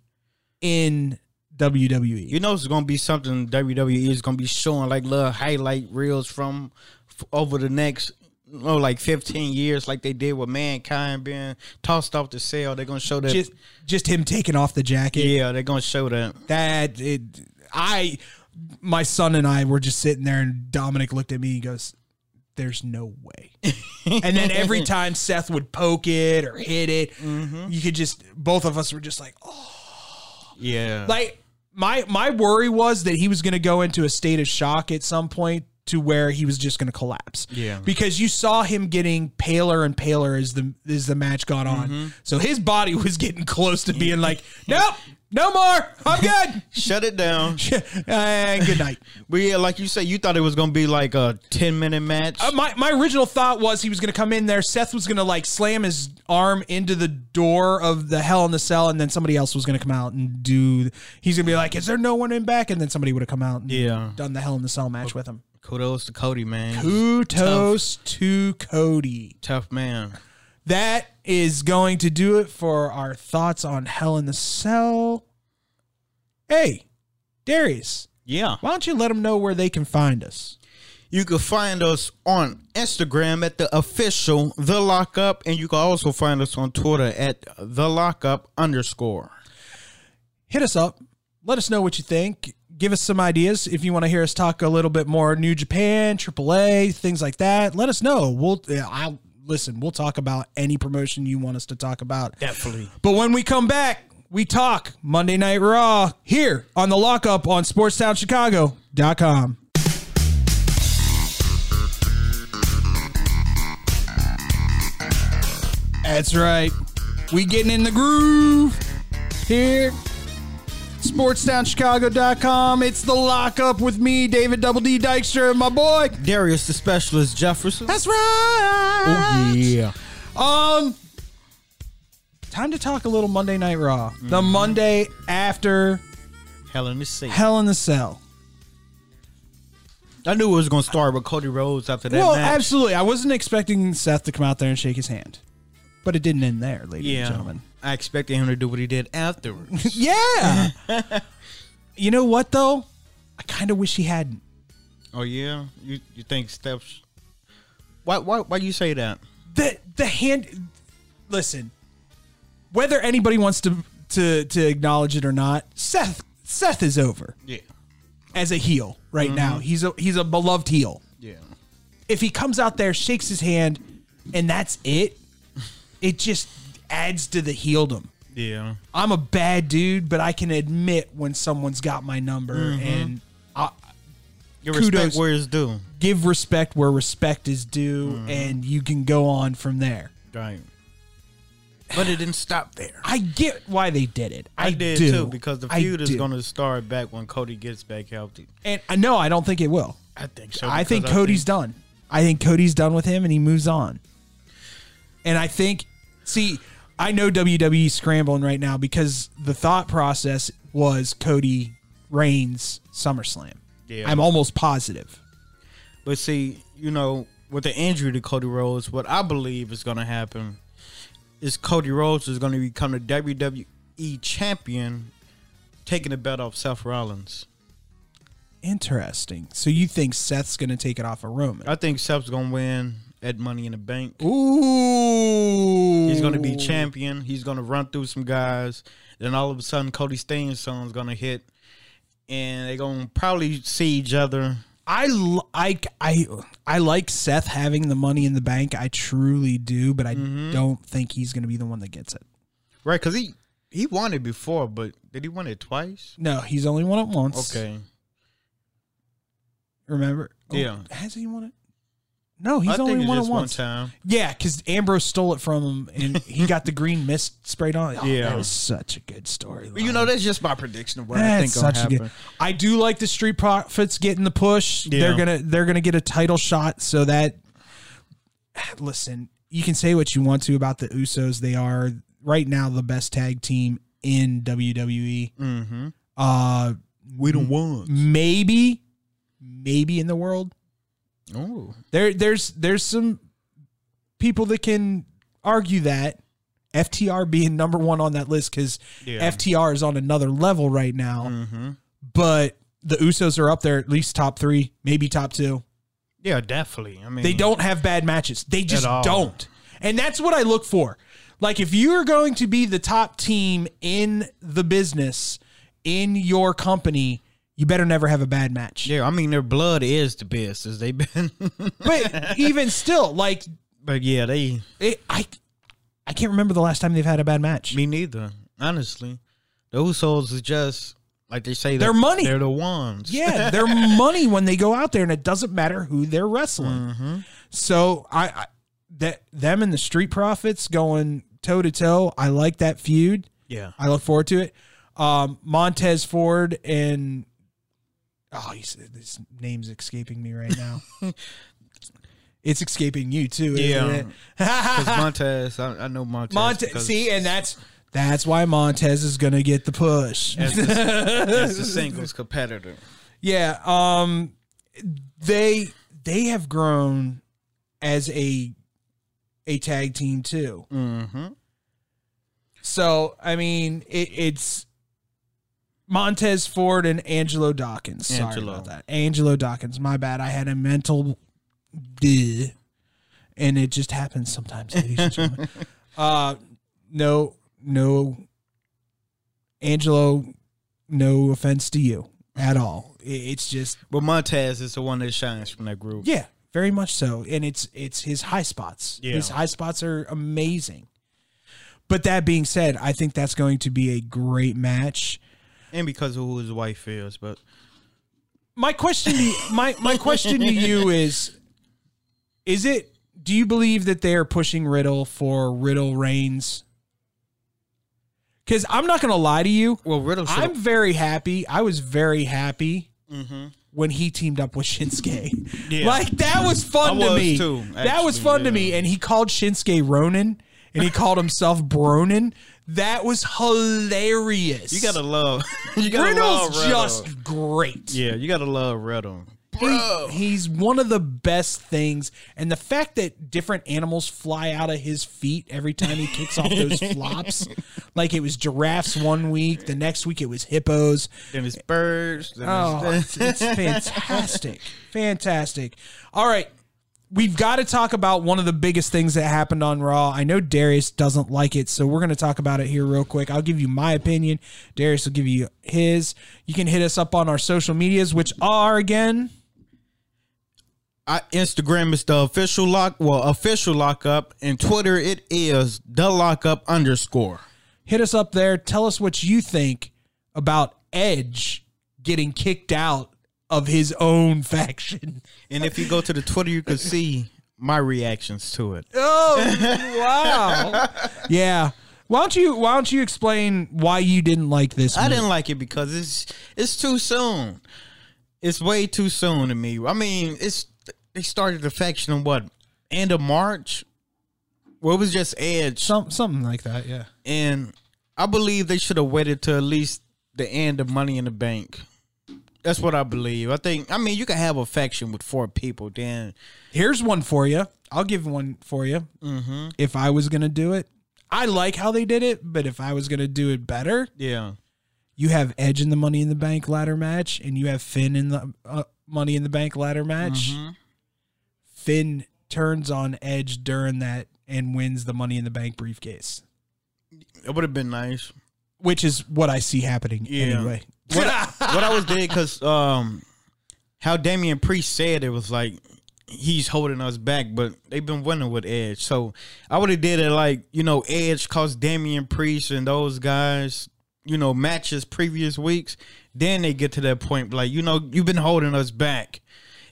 C: in E. WWE.
D: You know, it's gonna be something WWE is gonna be showing like little highlight reels from f- over the next, you know, like fifteen years, like they did with mankind being tossed off the cell. They're gonna show that.
C: Just just him taking off the jacket.
D: yeah, they're gonna show that.
C: That it I my son and I were just sitting there and Dominic looked at me and goes, there's no way. and then
D: <laughs>
C: every time Seth would poke it or hit it,
D: Mm-hmm.
C: you could just both of us were just like, oh.
D: Yeah.
C: like my my worry was that he was going to go into a state of shock at some point to where he was just going to collapse.
D: Yeah.
C: Because you saw him getting paler and paler as the as the match got on. So his body was getting close to being like, nope, no more. I'm good. <laughs>
D: Shut it down.
C: and good night.
D: But yeah, like you said, you thought it was gonna be like a ten minute match.
C: Uh, my my original thought was he was going to come in there. Seth was going to like slam his arm into the door of the Hell in the Cell, and then somebody else was going to come out and do. He's going to be like, "Is there no one in back?" And then somebody would have come out and
D: Yeah.
C: done the Hell in the Cell match with him.
D: Kudos to Cody, man.
C: Kudos to Cody.
D: Tough man.
C: That is going to do it for our thoughts on Hell in the Cell. Hey, Darius,
D: Yeah.
C: why don't you let them know where they can find us?
D: You can find us on Instagram at the official The Lockup, and you can also find us on Twitter at The Lockup underscore.
C: hit us up. Let us know what you think. Give us some ideas if you want to hear us talk a little bit more New Japan, AAA, things like that. Let us know. We'll yeah, I'll listen. We'll talk about any promotion you want us to talk about.
D: Definitely.
C: But when we come back, we talk Monday Night Raw here on the lockup on sportstownchicago.com. That's right. We getting in the groove here. SportsTownChicago.com. It's the lockup with me, David Double D Dykstra, and my boy.
D: Darius the Specialist Jefferson.
C: That's right.
D: Oh, yeah.
C: Um, time to talk a little Monday Night Raw.
D: Mm-hmm.
C: The Monday after
D: Hell in the Sea.
C: Hell in the Cell.
D: I knew it was going to start with Cody Rhodes after that
C: well,
D: match.
C: absolutely. I wasn't expecting Seth to come out there and shake his hand, but it didn't end there, ladies
D: Yeah.
C: and gentlemen.
D: I expected him to do what he did afterwards.
C: Yeah. you know what though? I kind of wish he hadn't.
D: <laughs> oh, yeah? You you think Steph's. Why, why, why you say that?
C: the the hand listen whether anybody wants to to to acknowledge it or not seth seth is over
D: Yeah.
C: as a heel right
D: Mm-hmm.
C: now he's a he's a beloved heel
D: Yeah.
C: if he comes out there shakes his hand and that's it it just adds to the heeldom
D: Yeah.
C: i'm a bad dude but i can admit when someone's got my number
D: Mm-hmm.
C: and I,
D: Your
C: Kudos.
D: respect where it's due.
C: give respect where respect is due
D: Mm-hmm.
C: and you can go on from there
D: Right. But it didn't stop there.
C: I get why they did it. I,
D: I, did
C: do.
D: too because the
C: I
D: feud is
C: do.
D: going to start back when Cody gets back healthy.
C: And uh, no, I don't think it will.
D: I think so.
C: I
D: because
C: think Cody's
D: think-
C: done. I think Cody's done with him, and he moves on. And I think, see, I know WWE scrambling right now because the thought process was Cody Reigns SummerSlam.
D: Yeah.
C: I'm almost positive.
D: But see, you know, with the injury to Cody Rhodes, what I believe is going to happen is Cody Rhodes is going to become the WWE champion, taking the belt off Seth Rollins.
C: Interesting. So you think Seth's going to take it off of Roman?
D: I think Seth's going to win at Money in the Bank.
C: Ooh.
D: He's going to be champion. He's going to run through some guys. Then all of a sudden, Cody Stainson's going to hit, and they're going to probably see each other.
C: I l- I I I like Seth having the money in the bank. I truly do, but I
D: Mm-hmm.
C: don't think he's going to be the one that gets it.
D: Right, because he he won it before, but did he win it twice?
C: No, he's only won it once.
D: Okay,
C: remember? Oh,
D: Yeah.
C: has he won it? No,
D: I
C: he's
D: think
C: only
D: it's
C: won it
D: just one
C: once.
D: time.
C: Yeah, because Ambrose stole it from him, and he got the green mist sprayed
D: <laughs>
C: on. it. Oh,
D: Yeah.
C: that was such a good story.
D: But you know, that's just my prediction of what I
C: That's
D: think will
C: such a
D: happen.
C: good. I do like the Street Profits getting the push.
D: Yeah.
C: They're gonna they're gonna get a title shot. So that listen, you can say what you want to about the Usos. They are right now the best tag team in WWE.
D: Mm-hmm.
C: Uh,
D: We don't want.
C: maybe, maybe in the world
D: Oh,
C: there there's there's some people that can argue that. FTR being number one on that list because
D: Yeah.
C: FTR is on another level right now but the Usos are up there at least top three, maybe top two.
D: yeah, definitely. I mean,
C: They don't have bad matches. They just
D: Mm. all.
C: don't. And that's what I look for. Like if you're going to be the top team in the business in your company, you better never have a bad match.
D: Yeah, I mean their blood is the best as they've been. <laughs>
C: But even still, like
D: but yeah, they
C: it, I, I can't remember the last time they've had a bad match.
D: me neither. Honestly, those souls is just like they say
C: They're money.
D: They're the ones.
C: Yeah,
D: <laughs>
C: they're money when they go out there, and it doesn't matter who they're wrestling.
D: Mm-hmm.
C: So I, I that them and the Street Profits going toe to toe. I like that feud.
D: yeah.
C: I look forward to it. Um, Montez Ford and oh, he's, his name's escaping me right
D: <laughs>
C: now. it's escaping you too. <laughs>
D: Yeah.
C: Isn't
D: Because
C: it?
D: Montez, I, I know Montez.
C: Montez.
D: because
C: See, and that's that's why Montez is gonna get the push.
D: as the,
C: <laughs>
D: as the singles competitor.
C: Yeah, um they they have grown as a a tag team too.
D: Mm.
C: Mm-hmm. So I mean, it, it's Montez Ford and Angelo Dawkins. Sorry
D: Angelo.
C: about that. Angelo Dawkins. My bad. I had a mental, duh, and it just happens sometimes, ladies and gentlemen. Uh, no, no, Angelo. No offense to you at all. I- It's just
D: But Montez is the one that shines from that group.
C: yeah, very much so. And it's it's his high spots.
D: Yeah.
C: His high spots are amazing. But that being said, I think that's going to be a great match.
D: And because of who his wife is, but
C: My question to <laughs> my my question to you is is it do you believe that they are pushing Riddle for Riddle Reigns? Cuz I'm not going to lie to you.
D: well, <laughs> Riddle. should've-
C: I'm very happy. I was very happy when he teamed up with Shinsuke.
D: Mm-hmm.
C: <laughs>
D: <laughs> Yeah.
C: Like that was fun
D: I
C: to
D: was
C: me.
D: too,
C: that was
D: actually,
C: fun to
D: yeah.
C: me. And he called Shinsuke Ronin and he called himself Bronin. That was hilarious. <laughs>
D: you gotta love. <laughs> You gotta
C: Riddle's
D: love Riddle.
C: just great.
D: Yeah, you gotta love Riddle.
C: He, he's one of the best things. And the fact that different animals fly out of his feet every time he kicks off those
D: <laughs>
C: flops. Like it was giraffes one week, the next week it was hippos.
D: Then it's birds. Then
C: Oh,
D: it's,
C: it's, it's fantastic. fantastic. All right. We've got to talk about one of the biggest things that happened on Raw. I know Darius doesn't like it, so we're going to talk about it here real quick. I'll give you my opinion. Darius will give you his. You can hit us up on our social medias, which are again.
D: I, Instagram is the official lock. Well, official lockup, and Twitter it is the lockup underscore.
C: Hit us up there. Tell us what you think about Edge getting kicked out of his own <laughs> faction.
D: And if you go to the Twitter, you can see my reactions to it.
C: Oh <laughs> wow! yeah. Why don't you Why don't you explain why you didn't like this?
D: I
C: move?
D: didn't like it because it's it's too soon. It's way too soon to me. I mean, it's they started the faction in what end of March. Well, it was just Edge,
C: Some, something like that. Yeah.
D: and I believe they should have waited to at least the end of Money in the Bank. That's what I believe. I think. I mean, you can have a faction with four people. Then
C: Here's one for you. I'll give one for you. Mm-hmm. If I was gonna do it, I like how they did it, but if I was gonna do it better,
D: yeah,
C: you have Edge in the Money in the Bank ladder match, and you have Finn in the uh, Money in the Bank ladder match. Finn turns on Edge during that and wins the Money in the Bank briefcase.
D: it would have been nice.
C: Which is what I see happening <laughs>
D: Yeah.
C: anyway.
D: what I was did because um, how Damian Priest said it was like he's holding us back, but they've been winning with Edge. So I would have did it like you know Edge cost Damian Priest and those guys you know matches previous weeks. Then they get to that point like you know you've been holding us back.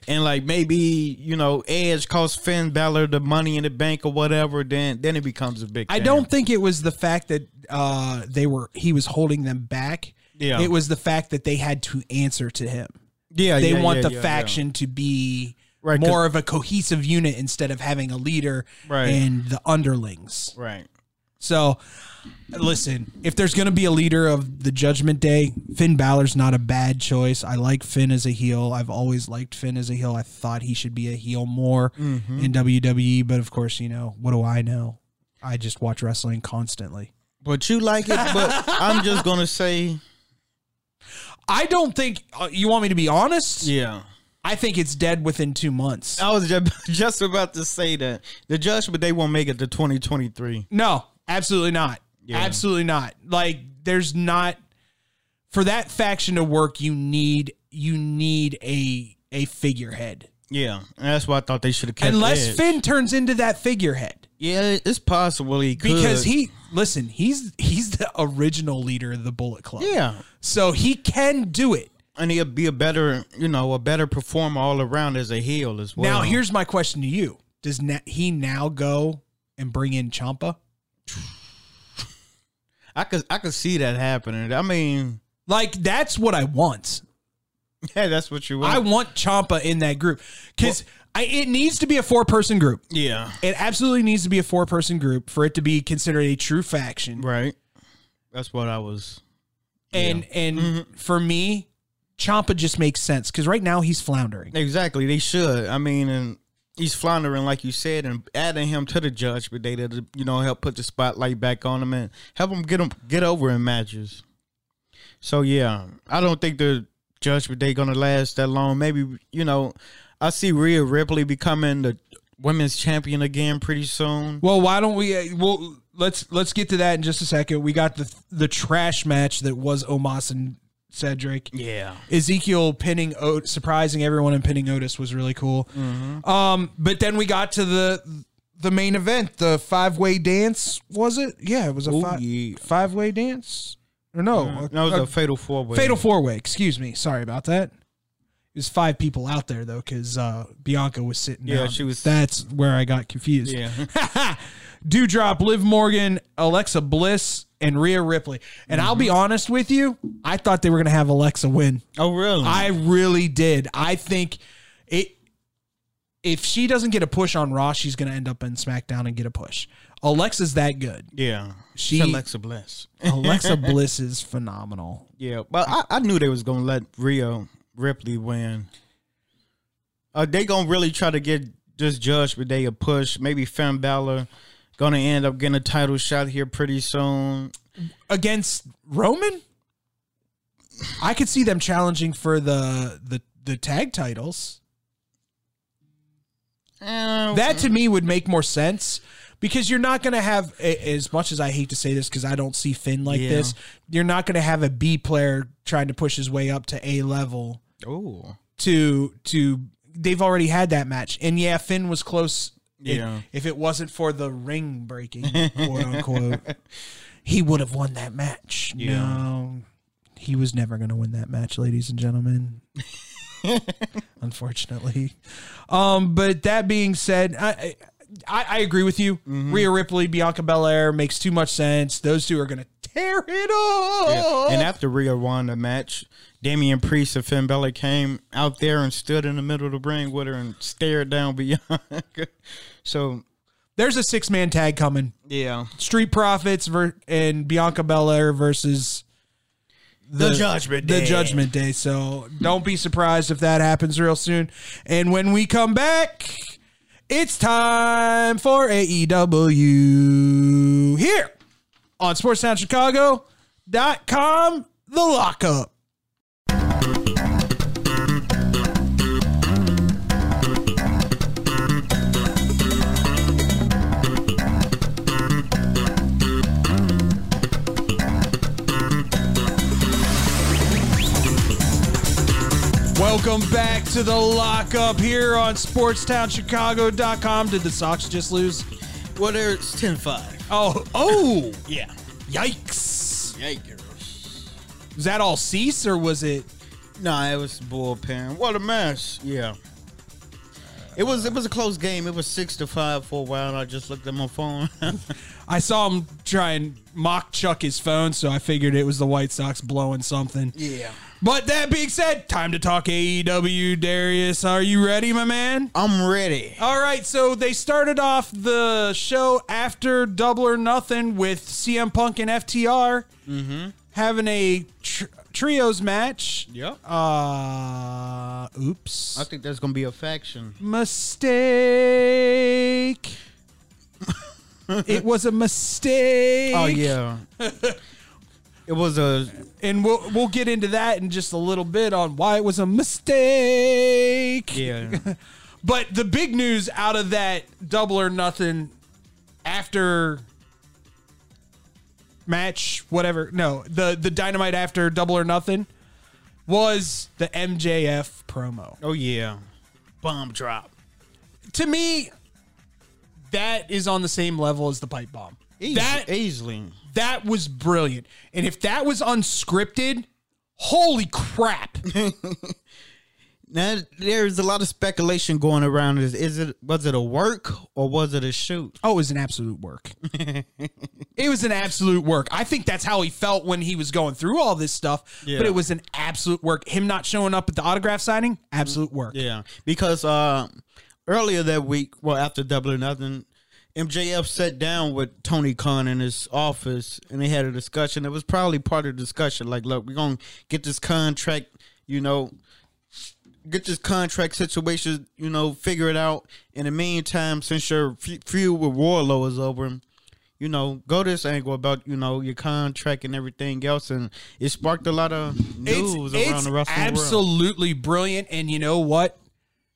D: And like maybe you know Edge cost Finn Balor the money in the bank or whatever, then then it becomes a big.
C: I
D: thing.
C: don't think it was the fact that uh, they were he was holding them back.
D: Yeah.
C: It was the fact that they had to answer to him.
D: Yeah,
C: They
D: yeah,
C: want
D: yeah,
C: the
D: yeah, yeah.
C: faction to be
D: Right, 'cause-
C: more of a cohesive unit instead of having a leader
D: Right.
C: and the underlings.
D: Right.
C: So listen, if there's going to be a leader of the Judgment Day, Finn Balor's not a bad choice. I like Finn as a heel. I've always liked Finn as a heel. I thought he should be a heel more in WWE, but of course, you know, what do I know? I just watch wrestling constantly.
D: But you like it, <laughs> but I'm just gonna say,
C: I don't think uh, you want me to be honest.
D: yeah.
C: I think it's dead within 2 months.
D: I was just, <laughs> just about to say that the judgment they won't make it to 2023.
C: No, absolutely not. Absolutely not. Like, there's not for that faction to work. You need you need a a figurehead.
D: Yeah, and that's why I thought they should have kept.
C: Unless
D: Edge.
C: Finn turns into that figurehead.
D: yeah, it's possible he could
C: because he listen he's he's the original leader of the bullet club
D: Yeah.
C: so he can do it
D: and he'll be a better, you know, a better performer all around as a heel as well.
C: now here's my question to you does na- he now go and bring in champa
D: I could I could see that happening. I mean, <laughs>
C: like that's what i want
D: yeah, that's what you
C: i
D: want.
C: want champa in that group because i it needs to be a four person group
D: yeah,
C: it absolutely needs to be a four person group for it to be considered a true faction
D: right. That's what I was.
C: and and
D: Mm-hmm.
C: for me champa just makes sense because right now he's floundering
D: Exactly, they should. I mean, and he's floundering, like you said, and adding him to the judgment day to you know help put the spotlight back on him and help him get him get over in matches. So yeah, I don't think the judgment day gonna last that long. Maybe you know, I see Rhea Ripley becoming the women's champion again pretty soon.
C: Well, why don't we? Uh, well, let's let's get to that in just a second. We got the the trash match that was Omos and Cedric.
D: Yeah,
C: Ezekiel pinning Ot- surprising everyone and pinning Otis was really cool.
D: Mm-hmm.
C: Um, but then we got to the the main event, the five way dance. Was it? Yeah, it was a
D: Ooh,
C: fi-
D: Oh, yeah.
C: five way dance. Or no, a-
D: that was
C: a
D: a fatal four way.
C: Uh, fatal four way. Excuse me. Sorry about that. There's five people out there though, because uh, Bianca was sitting.
D: Yeah,
C: down.
D: she was-
C: That's where I got confused.
D: Yeah.
C: <laughs> Dewdrop, Liv Morgan, Alexa Bliss, and Rhea Ripley. And I'll
D: Mm-hmm.
C: be honest with you, I thought they were gonna have Alexa win.
D: Oh really?
C: I really did. I think it. If she doesn't get a push on Raw, she's gonna end up in SmackDown and get a push. Alexa's that
D: <laughs>
C: good.
D: yeah,
C: She-
D: Alexa Bliss.
C: Alexa Bliss is phenomenal.
D: Yeah, but I, I knew they was gonna let Rio Ripley win. Are they gonna really try to get this Judgment Day a push? Maybe Finn Balor gonna end up getting a title shot here pretty soon.
C: against Roman? I could see them challenging for the the the tag titles.
D: Eh,
C: That to me would make more sense because you're not going to have a- as much as I hate to say this cuz I don't see Finn like
D: Yeah.
C: this. You're not going to have a B player trying to push his way up to A level
D: oh,
C: to to they've already had that match. And yeah, Finn was close If-
D: Yeah.
C: if it wasn't for the ring breaking,
D: <laughs>
C: quote unquote, he would have won that match. No, he was never going to win that match, ladies and
D: <laughs>
C: gentlemen. Unfortunately, um, but that being said, I I, I agree with you.
D: Mm-hmm.
C: Rhea Ripley, Bianca Belair makes too much sense. Those two are going to tear it
D: Yeah.
C: up.
D: And after Rhea won the match, Damian Priest and Finn Balor came out there and stood in the middle of the ring with her and stared down <laughs> Bianca. so
C: There's a six man tag coming:
D: yeah,
C: Street Profits ver- and Bianca Belair versus
D: the, Judgment
C: the judgment day. So don't be surprised if that happens real soon. And when we come back, it's time for AEW here on SportsTownChicago.com. The lockup. Welcome back to the lockup here on SportsTownChicago.com. Did the Sox just lose?
D: Well, there's 10-5.
C: Oh, oh,
D: Yeah,
C: yikes.
D: yeah, girls.
C: Was that all cease or was it?
D: Nah, it was bullpen. What a mess. Yeah. It was it was a close game. It was six to five for a while. I just looked at my phone. <laughs>
C: I saw him try and mock Chuck his phone, so I figured it was the White Sox blowing something.
D: yeah.
C: But that being said, time to talk AEW, Darius. Are you ready, my man?
D: I'm ready.
C: All right, so they started off the show after Double or Nothing with CM Punk and FTR
D: Mm-hmm.
C: having a tr- trios match.
D: Yep.
C: Uh, oops.
D: I think that's gonna be a faction. <laughs>
C: Mistake. it was a mistake.
D: Oh <laughs> yeah. it was a
C: and we'll we'll get into that in just a little bit on why it was a mistake.
D: yeah.
C: But the big news out of that double or nothing after match, whatever. No, the the dynamite after double or nothing was the MJF promo.
D: Oh yeah, bomb drop.
C: To me, that is on the same level as the pipe bomb.
D: Eas-
C: That
D: easily.
C: that was brilliant. And if that was unscripted, holy crap.
D: <laughs> Now there's a lot of speculation going around. Is is it was it a work or was it a shoot?
C: Oh, it was an absolute work. it was an absolute work. I think that's how he felt when he was going through all this stuff.
D: Yeah.
C: But it was an absolute work. Him not showing up at the autograph signing, absolute work.
D: Yeah, because uh, earlier that week, well after Double or Nothing, MJF sat down with Tony Khan in his office and they had a discussion. It was probably part of the discussion. Like, look, we're gonna get this contract. You know, get this contract situation, you know, figure it out. In the meantime, since your fe- feud with Warlow is over, you know, go this angle about you know your contract and everything else, and it sparked a lot of
C: It's,
D: news around
C: it's
D: the wrestling world.
C: absolutely brilliant. And you know what?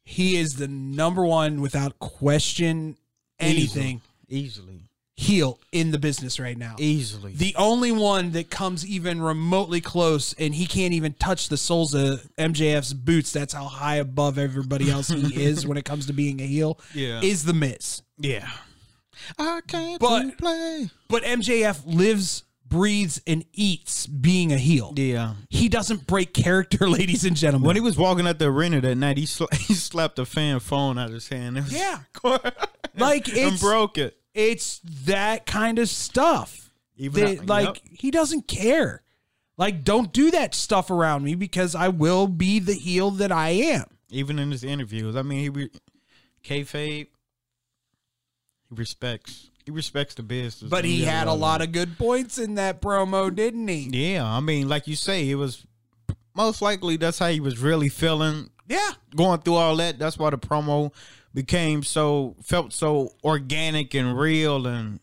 C: He is the number one without question anything
D: Easily,
C: heel in the business right now.
D: easily,
C: the only one that comes even remotely close, and he can't even touch the soles of MJF's boots. That's how high above everybody else he
D: <laughs>
C: is when it comes to being a heel.
D: Yeah.
C: is the Miz.
D: yeah. I can't
C: But-
D: play.
C: But MJF lives, breathes, and eats being a heel.
D: Yeah.
C: He doesn't break character, <laughs> ladies and gentlemen.
D: When he was walking out the arena that night, he sla- <laughs> he slapped a fan phone out of his hand. It was- <laughs>
C: yeah, like
D: and
C: it's
D: broke it.
C: it's that kind of stuff.
D: Even
C: They-
D: I-
C: like
D: yep.
C: he doesn't care. Like, don't do that stuff around me because I will be the heel that I am.
D: even in his interviews. I mean, he re- kayfabe. He respects. He respects the business.
C: But he had a lot of good points in that promo, didn't he?
D: Yeah, I mean, like you say, it was most likely that's how he was really feeling
C: Yeah.
D: going through all that. That's why the promo became so felt so organic and real and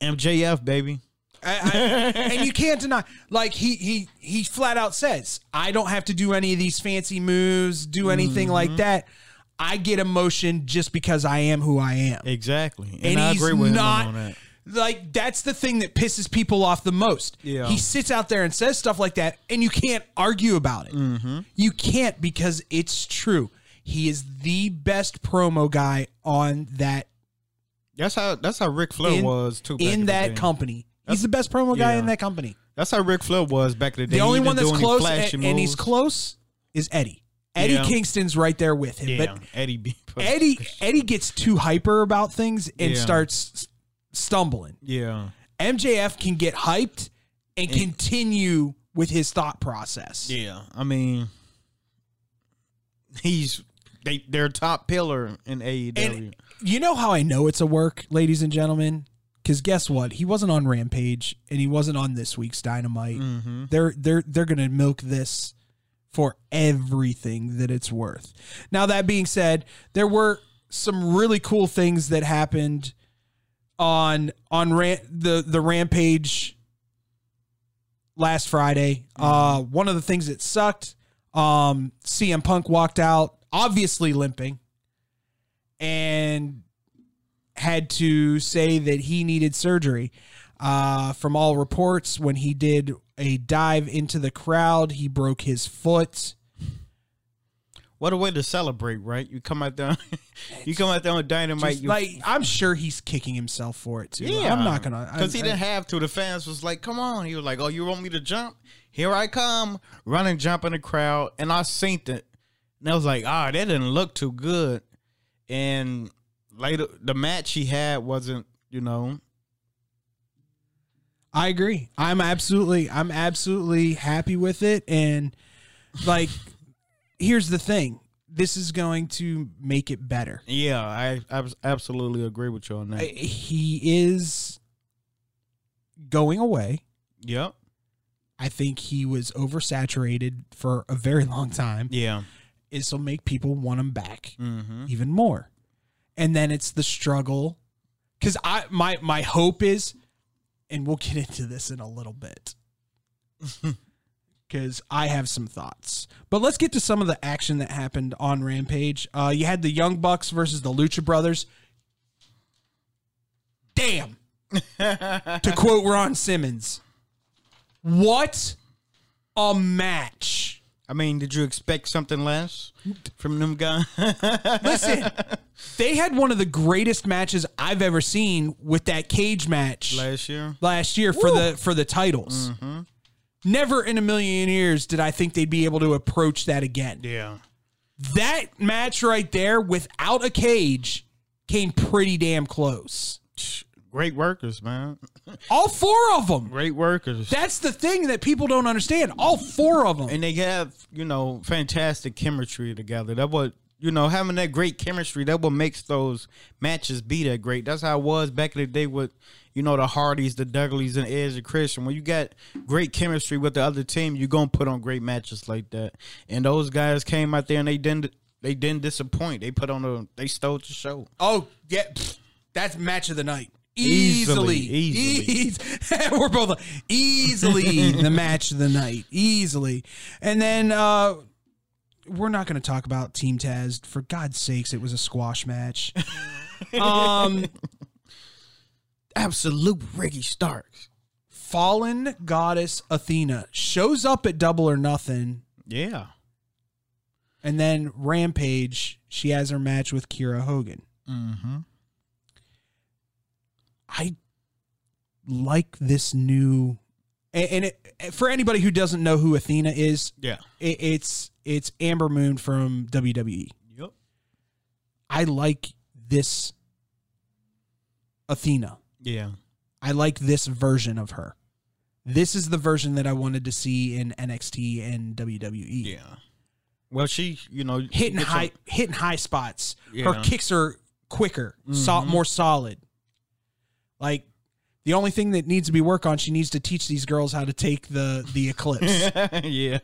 D: MJF baby.
C: I, I, and you can't deny like he he he flat out says, I don't have to do any of these fancy moves, do anything
D: Mm-hmm.
C: like that. I get emotion just because I am who I am.
D: Exactly, and,
C: and,
D: I
C: he's
D: agree with
C: not
D: him on that.
C: like that's the thing that pisses people off the most.
D: Yeah.
C: He sits out there and says stuff like that, and you can't argue about it.
D: Mm-hmm.
C: You can't because it's true. He is the best promo guy on that
D: That's how that's how Ric Flair
C: in,
D: was too. back
C: in
D: the
C: that
D: day.
C: company. He's the best promo guy
D: yeah.
C: in that company.
D: that's how Ric Flair was back in the day.
C: The
D: He
C: only
D: didn't
C: one
D: do
C: that's
D: any
C: close
D: flashy
C: and, and he's
D: moves.
C: close is Eddie. Eddie
D: Yeah.
C: Kingston's right there with him,
D: Yeah,
C: but
D: Eddie B. <laughs>
C: Eddie Eddie gets too hyper about things and
D: Yeah.
C: starts s- stumbling.
D: Yeah.
C: MJF can get hyped and continue with his thought process.
D: Yeah. I mean, he's they their top pillar in E AEW.
C: And you know how I know it's a work, ladies and gentlemen? Because guess what? He wasn't on Rampage and he wasn't on this week's Dynamite. They're they're they're gonna milk this for everything that it's worth. Now that being said, there were some really cool things that happened on on ran- the the Rampage last Friday. Uh, one of the things that sucked, um, CM Punk walked out, obviously limping, and had to say that he needed surgery. Uh, from all reports, when he did a dive into the crowd, he broke his foot.
D: what a way to celebrate, right? You come out there, <laughs> you come out there on dynamite.
C: Just
D: You,
C: like I'm sure he's kicking himself for it too. I'm not gonna I-
D: because he
C: I-
D: didn't have to. The fans was like, "Come on!" He was like, "Oh, you want me to jump? Here I come!" Running, jump in the crowd, and I seen it, and I was like, "Ah, that didn't look too good." And later, the match he had wasn't, you know,
C: I agree. I'm absolutely I'm absolutely happy with it and like here's the thing. This is going to make it better.
D: yeah. I, I absolutely agree with you on that.
C: He is going away.
D: yep.
C: I think he was oversaturated for a very long time.
D: Yeah.
C: This will make people want him back
D: Mm-hmm.
C: even more. And then it's the struggle cuz I my my hope is and we'll get into this in a little bit. Cuz I have some thoughts. But let's get to some of the action that happened on Rampage. Uh you had the Young Bucks versus the Lucha Brothers. Damn. to quote Ron Simmons. What a match.
D: I mean, did you expect something less from them guys? <laughs>
C: Listen, they had one of the greatest matches I've ever seen with that cage match
D: last Mm-hmm. year?
C: last year for the for the titles. Never in a million years did I think they'd be able to approach that again.
D: Yeah.
C: That match right there, without a cage, came pretty damn close.
D: Great workers, man.
C: All four of them.
D: Great workers.
C: That's the thing that people don't understand. All four of them.
D: and they have, you know, fantastic chemistry together. That what you know, having that great chemistry, that what makes those matches be that great. That's how it was back in the day with, you know, the Hardys, the Dudleys, and Edge and Christian. When you got great chemistry with the other team, you're gonna put on great matches like that. And those guys came out there and they didn't they didn't disappoint. They put on a they stole the show.
C: Oh, yeah. pfft, That's match of the night. Easily.
D: Easily,
C: Eas- <laughs> We're both like,
D: <laughs>
C: easily the match of the night. Easily. And then uh we're not going to talk about Team Taz. For God's sakes, it was a squash
D: <laughs>
C: match. um
D: Absolute Ricky Starks.
C: fallen goddess Athena shows up at Double or Nothing
D: Yeah.
C: and then Rampage, she has her match with Kira Hogan. Mm-hmm. I like this new, and, and it, for anybody who doesn't know who Athena is,
D: Yeah.
C: it, it's it's Amber Moon from WWE.
D: Yep.
C: I like this Athena.
D: Yeah.
C: I like this version of her. This is the version that I wanted to see in NXT and E. WWE.
D: Yeah. Well, she, you know,
C: hitting
D: gets
C: high
D: on-
C: hitting high spots. Her
D: Yeah. Mm-hmm.
C: kicks are quicker, sol- more solid. Like the only thing that needs to be work on, she needs to teach these girls how to take the the
D: <laughs>
C: eclipse
D: yeah.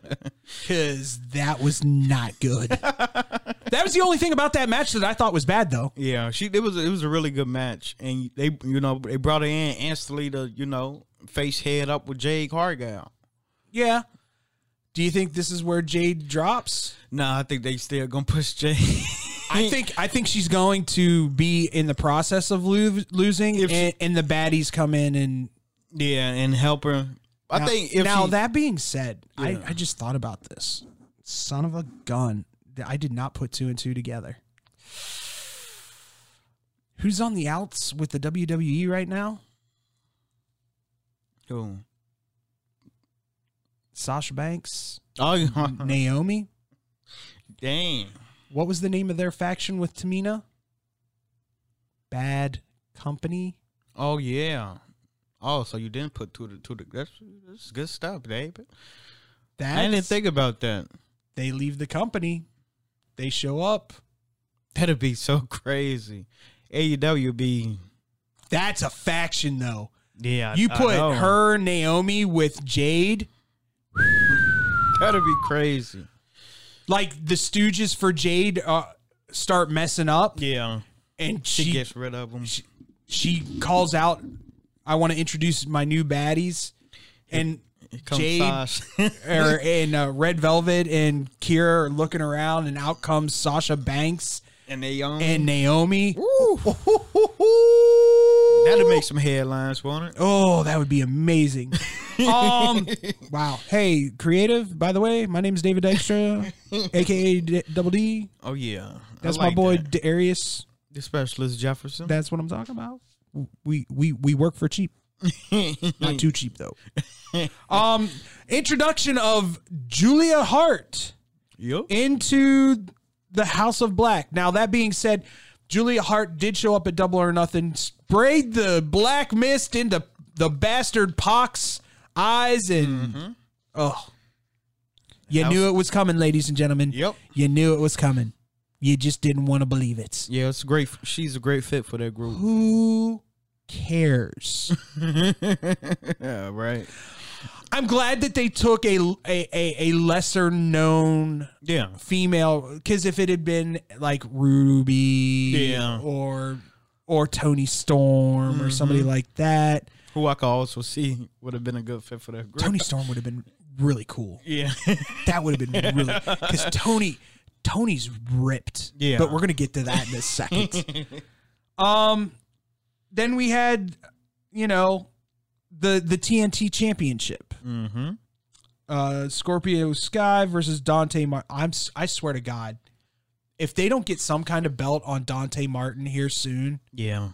C: because that was not
D: <laughs>
C: good. that was the only thing about that match that I thought was bad, though.
D: Yeah, she it was it was a really good match, and they you know they brought her in instantly to you know face head up with Jade Cargill.
C: Yeah. Do you think this is where Jade drops?
D: Nah, I think they still gonna push <laughs> Jade.
C: I think I think she's going to be in the process of lo- losing,
D: If she-
C: and, and the baddies come in and
D: yeah, and help her. I
C: Now-
D: think if
C: now
D: she-
C: that being said,
D: Yeah.
C: I, I just thought about this. Son of a gun, I did not put two and two together. Who's on the outs with the WWE right now?
D: Who?
C: Sasha Banks,
D: oh yeah. <laughs>
C: Naomi.
D: damn
C: What was the name of their faction with Tamina? Bad Company.
D: oh yeah oh so you didn't put two to two to that's, that's good stuff, David. I didn't
C: That's,
D: think about that.
C: they leave the company. They show up.
D: That'd be so crazy. AEW be
C: That's a faction, though.
D: yeah.
C: You
D: I
C: put
D: know.
C: her, Naomi, with Jade.
D: That'd be crazy.
C: like the Stooges for Jade uh, start messing up,
D: Yeah,
C: and
D: she,
C: she she,
D: gets rid of them.
C: calls out, "I want to introduce my new baddies," and
D: Comes
C: Jade
D: Sasha.
C: or and uh, Red Velvet and Kira are looking around, and out comes Sasha Banks
D: <laughs> and they own.
C: and Naomi.
D: That'd make some headlines, won't it?
C: Oh, that would be
D: <laughs>
C: amazing. Um, wow. Hey, creative. By the way, my name's David
D: <laughs>
C: Dykstra, aka D- Double D.
D: Oh yeah,
C: That's
D: I like
C: my boy
D: that.
C: Darius.
D: the specialist Jefferson.
C: That's what I'm talking about. We we we work for cheap. Not too cheap though. Um introduction of Julia Hart
D: yep.
C: into the House of Black. Now that being said, Julia Hart did show up at Double or Nothing, sprayed the black mist into the bastard pox eyes and oh. You
D: That
C: knew it was coming, ladies and gentlemen.
D: Yep.
C: You knew it was coming. You just didn't want to believe it
D: yeah, it's great. She's a great fit for that group.
C: who cares?
D: Yeah, right.
C: <laughs> I'm glad that they took a a, a, a lesser known
D: Yeah,
C: female because if it had been like Ruby
D: Yeah.
C: or or Tony Storm or somebody like that,
D: who I could also see would have been a good fit for that group.
C: Tony Storm would have been really cool.
D: <laughs> Yeah,
C: That would have been really because <laughs> Tony Tony's ripped.
D: Yeah.
C: but we're gonna get to that in a second. <laughs> um, then we had you know the the TNT Championship.
D: mm-hmm.
C: uh, Scorpio Sky versus Dante. Mar- I'm s- I swear to God, if they don't get some kind of belt on Dante Martin here soon,
D: Yeah.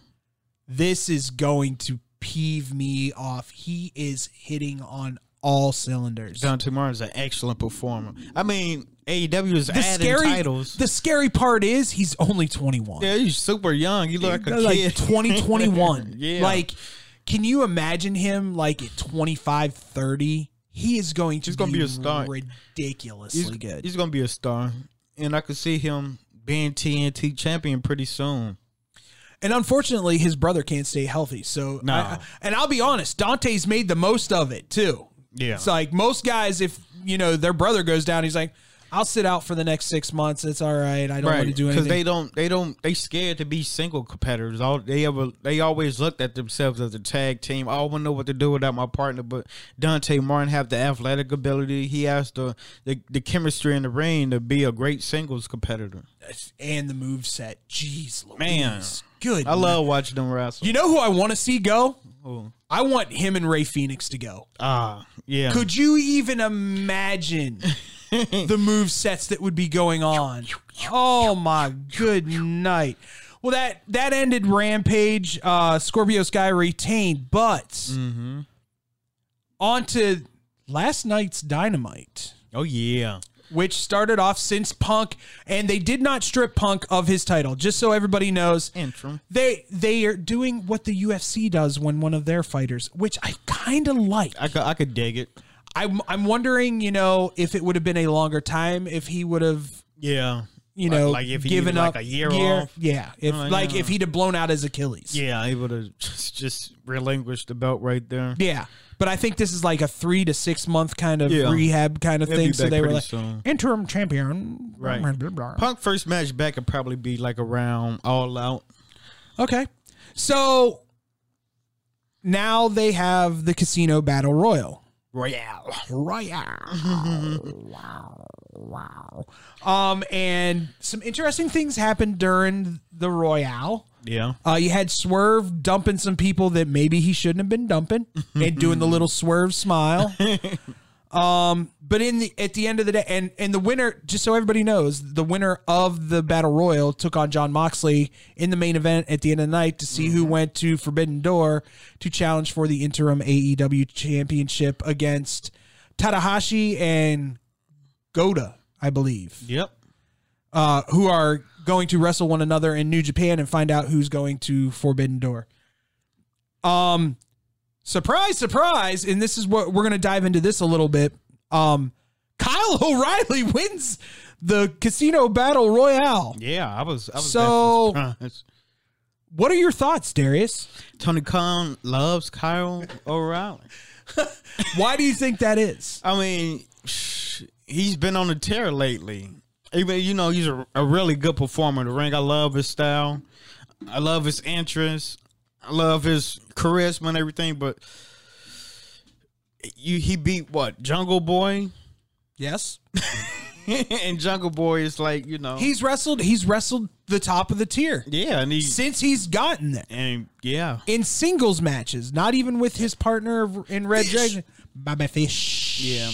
C: this is going to peeve me off. He is hitting on all cylinders.
D: John Tomorrow is an excellent performer. I mean, AEW is
C: The
D: adding
C: scary
D: titles.
C: the scary part is he's only 21.
D: yeah, he's super young. He look like a
C: like
D: kid. <laughs>
C: 2021.
D: Yeah.
C: Like can you imagine him like at 25 30? He is going to
D: He's gonna be a star.
C: ridiculously
D: he's,
C: good.
D: he's gonna be a star, and I could see him being TNT champion pretty soon.
C: And unfortunately, his brother can't stay healthy. So,
D: No.
C: I- and I'll be honest, Dante's made the most of it too.
D: Yeah.
C: It's like most guys, if you know their brother goes down, he's like, "I'll sit out for the next six months. It's all right. I don't want to do
D: because
C: anything."
D: they don't, they don't, they scared to be single competitors. All they ever, they always looked at themselves as a tag team. I wouldn't know what to do without my partner. But Dante Martin have the athletic ability. He has the the, the chemistry in the ring to be a great singles competitor.
C: and the move set, jeez, Louise.
D: Man.
C: good.
D: I love watching them wrestle.
C: You know who I want to see go? I want him and Ray Phoenix to go.
D: Ah, yeah.
C: Could you even imagine the move sets that would be going on? Oh my good night. Well, that that ended Rampage. Uh, Scorpio Sky retained, but on to last night's Dynamite,
D: oh yeah.
C: which started off since Punk, and they did not strip Punk of his title. Just so everybody knows,
D: Interim.
C: they they are doing what the UFC does when one of their fighters, which I kind of like.
D: I could, I could dig it.
C: I'm I'm wondering, you know, if it would have been a longer time, if he would have,
D: Yeah.
C: you
D: Like-
C: know,
D: like if he
C: given
D: did, like,
C: up
D: a year off.
C: Yeah, if
D: Oh,
C: like
D: yeah.
C: if he'd have blown out his Achilles.
D: Yeah, able to <laughs> just, just relinquish the belt right there.
C: Yeah. But I think this is like a three to six month kind of
D: Yeah.
C: rehab kind of
D: He'll
C: thing.
D: be
C: So
D: back
C: they were
D: pretty
C: like
D: soon.
C: interim champion,
D: Right. Punk first match back could probably be like around all out.
C: Okay, so now they have the casino battle royal.
D: Royale.
C: <laughs> Um, and some interesting things happened during the Royale.
D: Yeah.
C: Uh, you had Swerve dumping some people that maybe he shouldn't have been dumping, and doing the little Swerve smile. um, but in the at the end of the day, and and the winner, just so everybody knows, the winner of the battle royal took on John Moxley in the main event at the end of the night to see who went to Forbidden Door to challenge for the interim AEW championship against Tadahashi and Goda, I believe
D: Yep.
C: uh, who are going to wrestle one another in New Japan and find out who's going to Forbidden Door. Um, surprise, surprise, and this is what we're going to dive into this a little bit. Um, Kyle <laughs> O'Reilly wins the Casino Battle Royale.
D: Yeah, I was. I was
C: So-
D: definitely surprised.
C: What are your thoughts, Darius?
D: Tony Khan loves Kyle O'Reilly.
C: Why do you think that is?
D: I mean, he's been on a tear lately. Even you know, he's a, a really good performer in the ring. I love his style. I love his interest. I love his charisma and everything. But you, he beat what Jungle Boy, <laughs>
C: Yes,
D: and Jungle Boy is like you know,
C: he's wrestled. He's wrestled the top of the tier
D: yeah, and he
C: since he's gotten there.
D: and yeah,
C: in singles matches, not even with his partner in Red Dragon, Bobby Fish.
D: Yeah.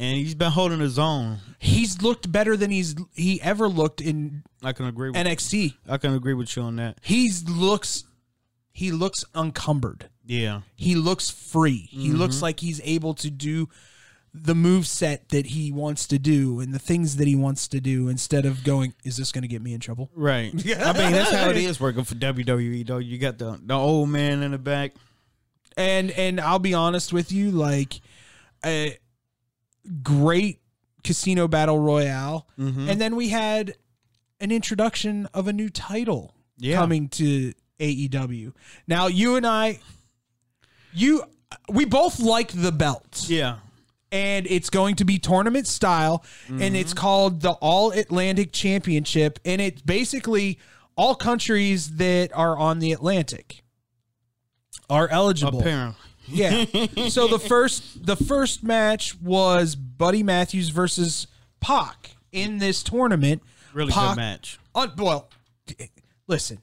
D: and he's been holding his own.
C: he's looked better than he's he ever looked in
D: I can agree. With,
C: NXT.
D: I can agree with you on that.
C: He's looks he looks uncumbered.
D: Yeah,
C: He looks free. He looks like he's able to do the move set that he wants to do and the things that he wants to do instead of going is this going to get me in trouble?
D: Right. I mean, that's how it is working for WWE, though. You got the, the old man in the back.
C: and and I'll be honest with you, like a great casino battle royale,
D: Mm-hmm.
C: and then we had an introduction of a new title
D: Yeah.
C: coming to AEW. Now you and I, you we both like the belt,
D: Yeah.
C: and it's going to be tournament style, and
D: Mm-hmm.
C: it's called the All Atlantic Championship, and it's basically all countries that are on the Atlantic are eligible.
D: Apparently.
C: Yeah. so the first the first match was Buddy Matthews versus Pac in this tournament.
D: Really
C: Pac-
D: good match.
C: Un- well, Listen,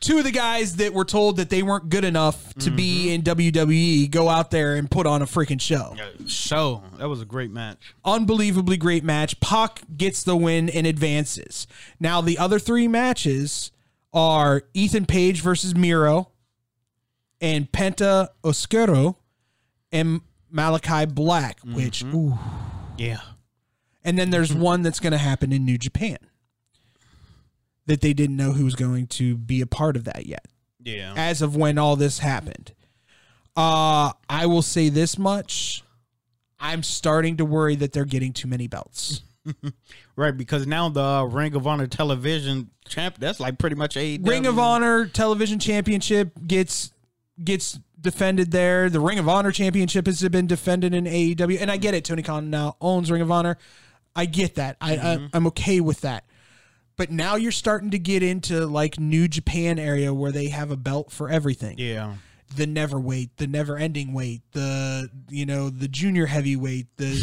C: two of the guys that were told that they weren't good enough to be in WWE go out there and put on a freaking show.
D: So that was a great match.
C: Unbelievably great match. Pac gets the win and advances. Now, the other three matches are Ethan Page versus Miro and Penta Oscuro and Malachi Black, which, ooh,
D: Yeah.
C: and then there's one that's going to happen in New Japan that they didn't know who was going to be a part of that yet,
D: Yeah.
C: as of when all this happened. Uh, I will say this much. I'm starting to worry that they're getting too many belts.
D: Right, because now the uh, Ring of Honor television champ, that's like pretty much a E
C: Ring of Honor Television Championship gets gets defended there. The Ring of Honor Championship has been defended in AEW, and I get it. Tony Khan now owns Ring of Honor. I get that. I, I I'm okay with that. But now you're starting to get into like New Japan area where they have a belt for everything.
D: Yeah.
C: The never weight, the never ending weight, the you know the junior heavyweight, the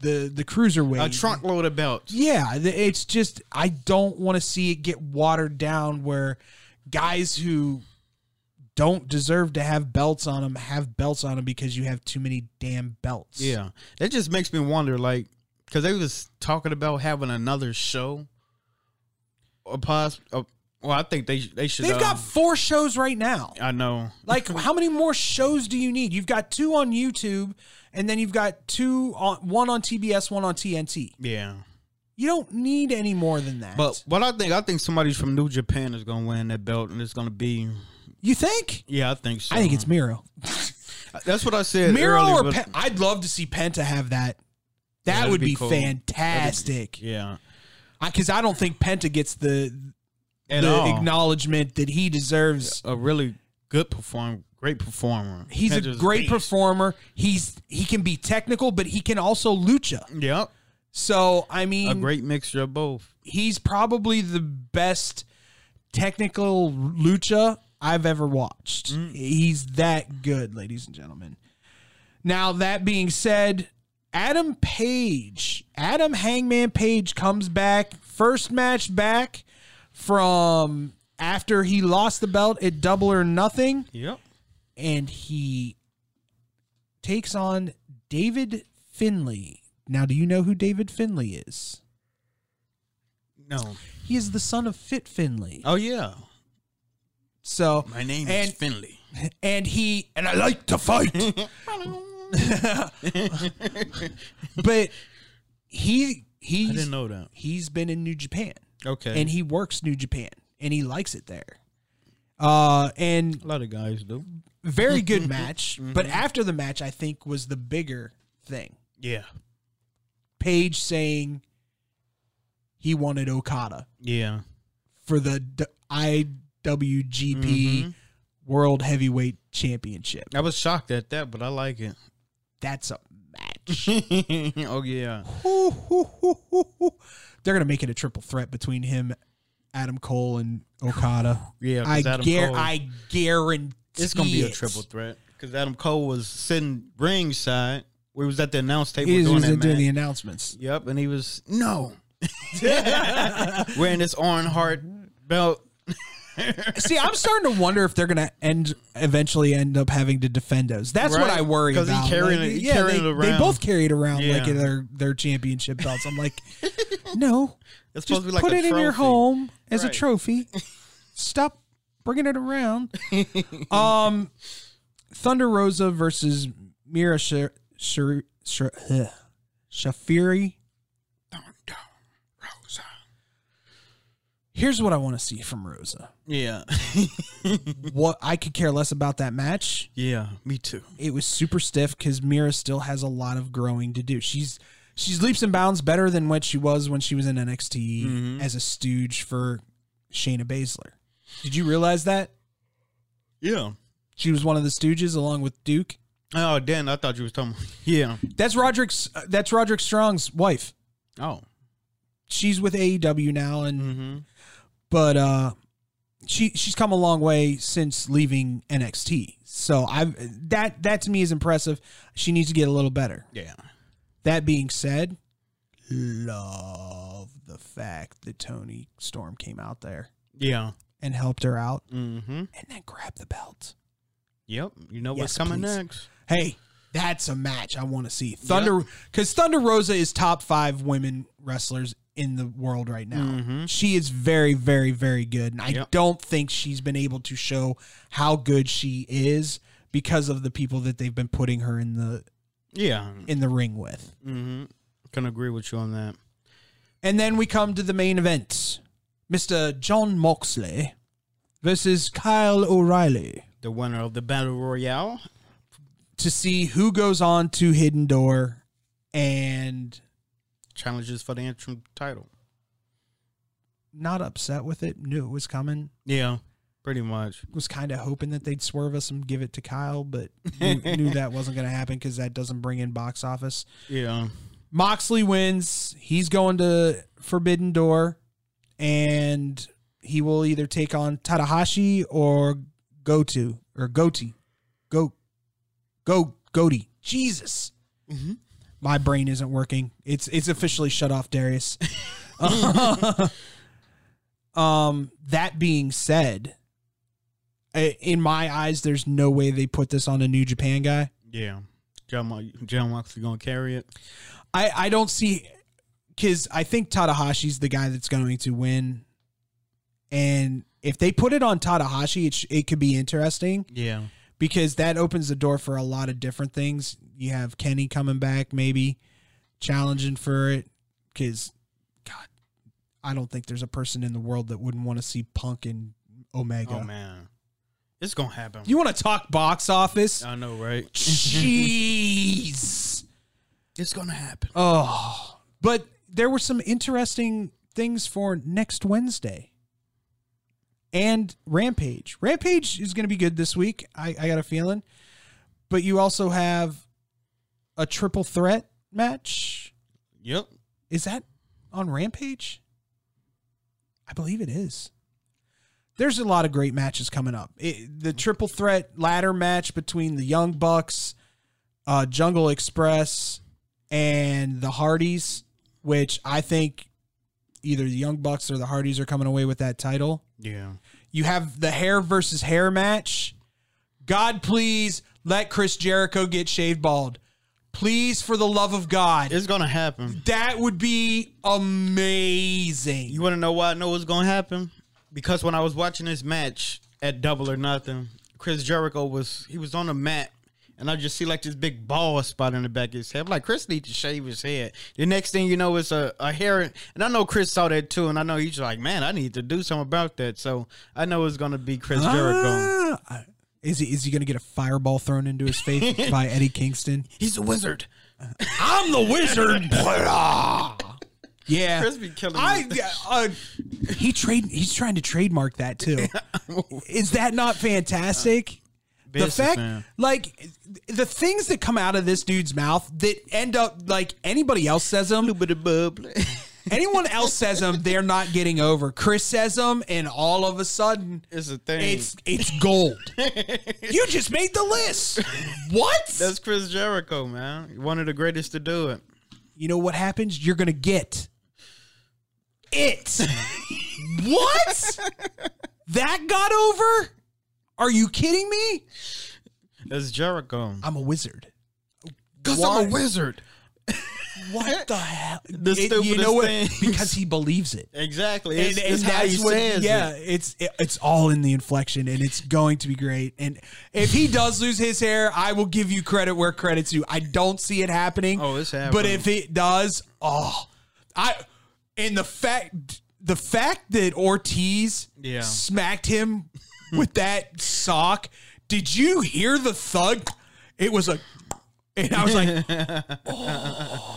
C: the the cruiserweight,
D: A trunk load of belts.
C: yeah, th- it's just I don't want to see it get watered down where guys who don't deserve to have belts on them have belts on them because you have too many damn belts.
D: Yeah, that just makes me wonder, like, because they was talking about having another show. A pos- a, well, I think they they should.
C: They've
D: um,
C: got four shows right now.
D: I know.
C: Like how many more shows do you need? You've got two on YouTube and then you've got two on one on TBS, one on TNT.
D: Yeah,
C: You don't need any more than that.
D: but what I think, I think somebody from New Japan is gonna win that belt, and it's gonna be.
C: you think?
D: Yeah, I think so.
C: I think it's Miro.
D: that's what I said.
C: Miro
D: earlier,
C: or
D: but-
C: Pen- I'd love to see Penta have that. That
D: that'd
C: would
D: be
C: be,
D: cool.
C: fantastic.
D: Yeah,
C: because I, don't think Penta gets the
D: and
C: the
D: all,
C: acknowledgement that he deserves.
D: a really good perform, great performer.
C: He's a
D: Penta's
C: great
D: beast.
C: performer. He's he can be technical, but he can also lucha.
D: Yep,
C: So I
D: a
C: mean,
D: great mixture of both.
C: he's probably the best technical lucha I've ever watched. He's that good, ladies and gentlemen. Now that being said, Adam Page, Adam Hangman Page comes back first match back from after he lost the belt at Double or Nothing
D: Yep.
C: and he takes on David Finley. Now, do you know who David Finley is?
D: No.
C: He is the son of Fit Finley.
D: Oh yeah.
C: So
D: My name
C: and,
D: is Finley.
C: and he and I like to
D: <laughs>
C: fight. but he he's
D: I didn't know that.
C: he's been in New Japan.
D: Okay.
C: And he works New Japan and he likes it there. Uh and
D: A lot of guys do.
C: very
D: <laughs>
C: good match,
D: Mm-hmm.
C: but after the match I think was the bigger thing.
D: Yeah.
C: Page saying he wanted Okada
D: Yeah.
C: for the D- IWGP
D: Mm-hmm.
C: World Heavyweight Championship.
D: I was shocked at that, but I like it. <laughs>
C: That's a match.
D: oh yeah.
C: Hoo, hoo, hoo, hoo, hoo. They're gonna make it a triple threat between him, Adam Cole, and <sighs> Okada.
D: Yeah, 'cause
C: I,
D: Adam
C: guar-
D: Cole-
C: I guarantee
D: It's gonna be a
C: it.
D: triple threat because Adam Cole was sitting ringside. We was at the announce table
C: He
D: doing
C: was
D: that
C: doing the
D: match.
C: announcements.
D: Yep, and he was no wearing this orange heart belt.
C: <laughs> See, I'm starting to wonder if they're gonna end eventually end up having to defend those. That's what
D: Right,
C: I worry
D: 'cause
C: about.
D: he carrying it- he carrying
C: they,
D: it
C: they
D: around.
C: both carry it around like
D: Yeah.
C: their their championship belts. I'm <laughs> like, no,
D: It's
C: just
D: supposed to be like
C: put
D: a
C: it in your
D: trophy.
C: home as a
D: Right. <laughs>
C: trophy. Stop bringing it around. um, Thunder Rosa versus Mira Shir- Shir- Shir- ugh. Shafiri. Here's what I want to see from Rosa.
D: Yeah, <laughs>
C: What I could care less about that match.
D: yeah, me too.
C: It was super stiff because Mira still has a lot of growing to do. She's she's leaps and bounds better than what she was when she was in NXT as a stooge for Shayna Baszler. Did you realize that
D: Yeah.
C: she was one of the stooges along with Duke?
D: Oh, Dan, I thought you was talking. <laughs> Yeah.
C: That's Roderick's. uh, That's Roderick Strong's wife.
D: Oh.
C: She's with AEW now, and
D: Mm-hmm.
C: but uh, she she's come a long way since leaving NXT. So I have that that to me is impressive. She needs to get a little better.
D: Yeah.
C: That being said, love the fact that Tony Storm came out there
D: Yeah.
C: and helped her out
D: Mm-hmm.
C: and then grabbed the belt.
D: Yep. You know
C: Yes,
D: what's coming
C: please.
D: next.
C: Hey, that's a match I want to see. Thunder cuz Thunder Rosa is top 5 women wrestlers in the world right now. She is very very very good and I
D: Yep.
C: don't think she's been able to show how good she is because of the people that they've been putting her in the
D: Yeah.
C: in the ring with.
D: Mm-hmm. Can agree with you on that.
C: And then we come to the main event. Mr. John Moxley versus Kyle O'Reilly
D: The winner of the battle royale.
C: to see who goes on to Hidden Door and
D: challenges for the interim title.
C: not upset with it, knew it was coming.
D: Yeah, pretty much.
C: Was kind of hoping that they'd swerve us and give it to Kyle, but knew, knew that wasn't going to happen because that doesn't bring in box office.
D: Yeah,
C: Moxley wins. He's going to Forbidden Door, and he will either take on Tadahashi or go to or Goti, go, go Goti. Jesus, my brain isn't working. It's it's officially shut off, Darius. <laughs> um, that being said, i- in my eyes, there's no way they put this on a New Japan guy.
D: yeah. John, Mo- John Moxley gonna carry it.
C: I I don't see because I think Tadahashi's the guy that's going to win, and if they put it on Tadahashi, it sh- it could be interesting
D: Yeah,
C: because that opens the door for a lot of different things. You have Kenny coming back, maybe challenging for it, because God, I don't think there's a person in the world that wouldn't want to see Punk and Omega.
D: Oh man, it's gonna happen.
C: You want to talk box office?
D: <laughs> I know, right?
C: Jeez.
D: It's gonna happen.
C: Oh, but there were some interesting things for next Wednesday and Rampage. Rampage is going to be good this week. I, I got a feeling. But you also have a triple threat match.
D: Yep.
C: Is that on Rampage? I believe it is. There's a lot of great matches coming up. It, the triple threat ladder match between the Young Bucks, uh, Jungle Express, and the Hardys, which I think either the Young Bucks or the Hardys are coming away with that title.
D: Yeah.
C: You have the hair versus hair match. God, please let Chris Jericho get shaved bald. Please, for the love of God.
D: It's gonna happen.
C: That would be amazing.
D: You wanna know why I know it's gonna happen? Because when I was watching this match at Double or Nothing, Chris Jericho was he was on the mat. And I just see like this big bald spot in the back of his head. I'm like Chris needs to shave his head. The next thing you know, it's a, a hair. And I know Chris saw that too. And I know he's like, man, I need to do something about that. So I know it's gonna be Chris Jericho.
C: Ah. Is he is he gonna get a fireball thrown into his <laughs> face by Eddie Kingston?
D: He's a wizard.
C: I'm the wizard. <laughs> yeah,
D: Chris be killing
C: I,
D: me.
C: uh, he trade he's trying to trademark that <laughs> too. is that not fantastic? the fact
D: businessman.
C: like the things that come out of this dude's mouth that end up like anybody else says them anyone else says them they're not getting over chris says them and all of a sudden
D: <laughs> it's a thing.
C: It's it's
D: <laughs>
C: gold. you just made the list. What?
D: That's Chris Jericho, man. One of the greatest to do it.
C: you know what happens? You're gonna get it. what? That got over? Are you kidding me?
D: That's Jericho.
C: I'm a wizard.
D: Because
C: I'm a
D: wizard.
C: What the hell?
D: The
C: It- you
D: stupidest
C: know what?
D: things.
C: Because he believes it.
D: Exactly.
C: and,
D: It's,
C: and
D: it's
C: that's
D: how he
C: what,
D: says
C: yeah,
D: it.
C: it's it- it's all in the inflection, and it's going to be great. And if he does lose his hair, I will give you credit where credit's due. I don't see it happening.
D: Oh, it's happening.
C: But if it does, oh, I and the fact the fact that Ortiz
D: Yeah.
C: smacked him with that sock. Did you hear the thud? It was a, and I was like,
D: <laughs>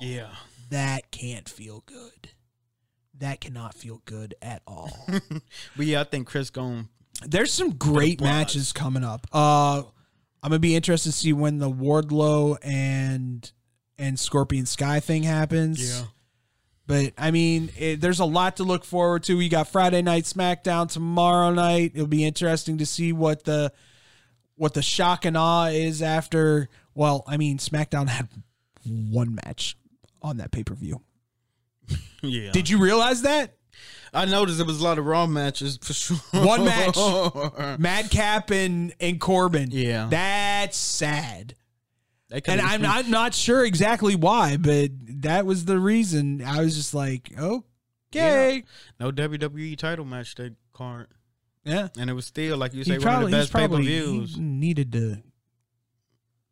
D: Yeah.
C: that can't feel good. That cannot feel good at all.
D: But yeah, I think Chris going
C: There's some great matches coming up. Uh I'm gonna be interested to see when the Wardlow and and Scorpion Sky thing happens.
D: Yeah.
C: But I mean, it, there's a lot to look forward to. We got Friday night SmackDown tomorrow night. It'll be interesting to see what the what the shock and awe is after. Well, I mean, SmackDown had one match on that pay per view.
D: Yeah.
C: Did you realize that?
D: I noticed there was a lot of raw matches for sure. <laughs>
C: One match. Madcap and and Corbin.
D: Yeah.
C: That's sad.
D: They
C: And
D: could've just
C: I'm
D: been-
C: I'm not sure exactly why, but that was the reason. I was just like, okay. Yeah.
D: no WWE title match that card,
C: yeah.
D: and it was still like you
C: He
D: say
C: probably,
D: one of the
C: he's
D: best pay per
C: probably he
D: views.
C: needed to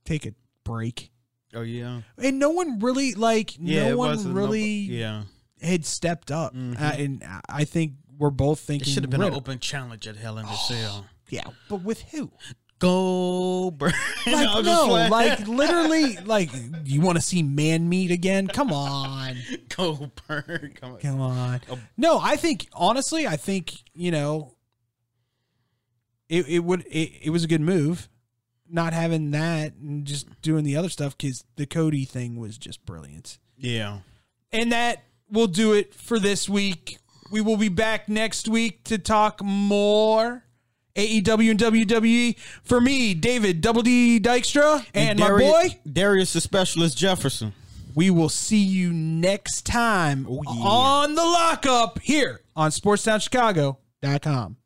C: take a break.
D: Oh yeah,
C: And no one really like
D: yeah.
C: no
D: it
C: one
D: wasn't no-
C: really
D: yeah,
C: had stepped up.
D: Mhm.
C: Uh, and I- I think we're both
D: it
C: thinking
D: should have been an
C: Riddle.
D: open challenge at Hell in <sighs> a Cell.
C: Yeah, but with
D: <laughs>
C: who? <laughs>
D: Goldberg.
C: Like
D: I'm just
C: no,
D: playing. <laughs>
C: like literally, like you want to see man meat again? Come on, <laughs>
D: Goldberg. Come on.
C: come on.
D: Oh.
C: No, I think honestly, I think you know, it it would it, it was a good move, not having that and just doing the other stuff because the Cody thing was just brilliant.
D: Yeah.
C: And that will do it for this week. We will be back next week to talk more AEW and WWE. For me, David Double D Dykstra and my
D: Darius-
C: boy,
D: Darius the Specialist Jefferson.
C: we will see you next time Oh,
D: yeah.
C: on the lockup here on SportsTownChicago.com.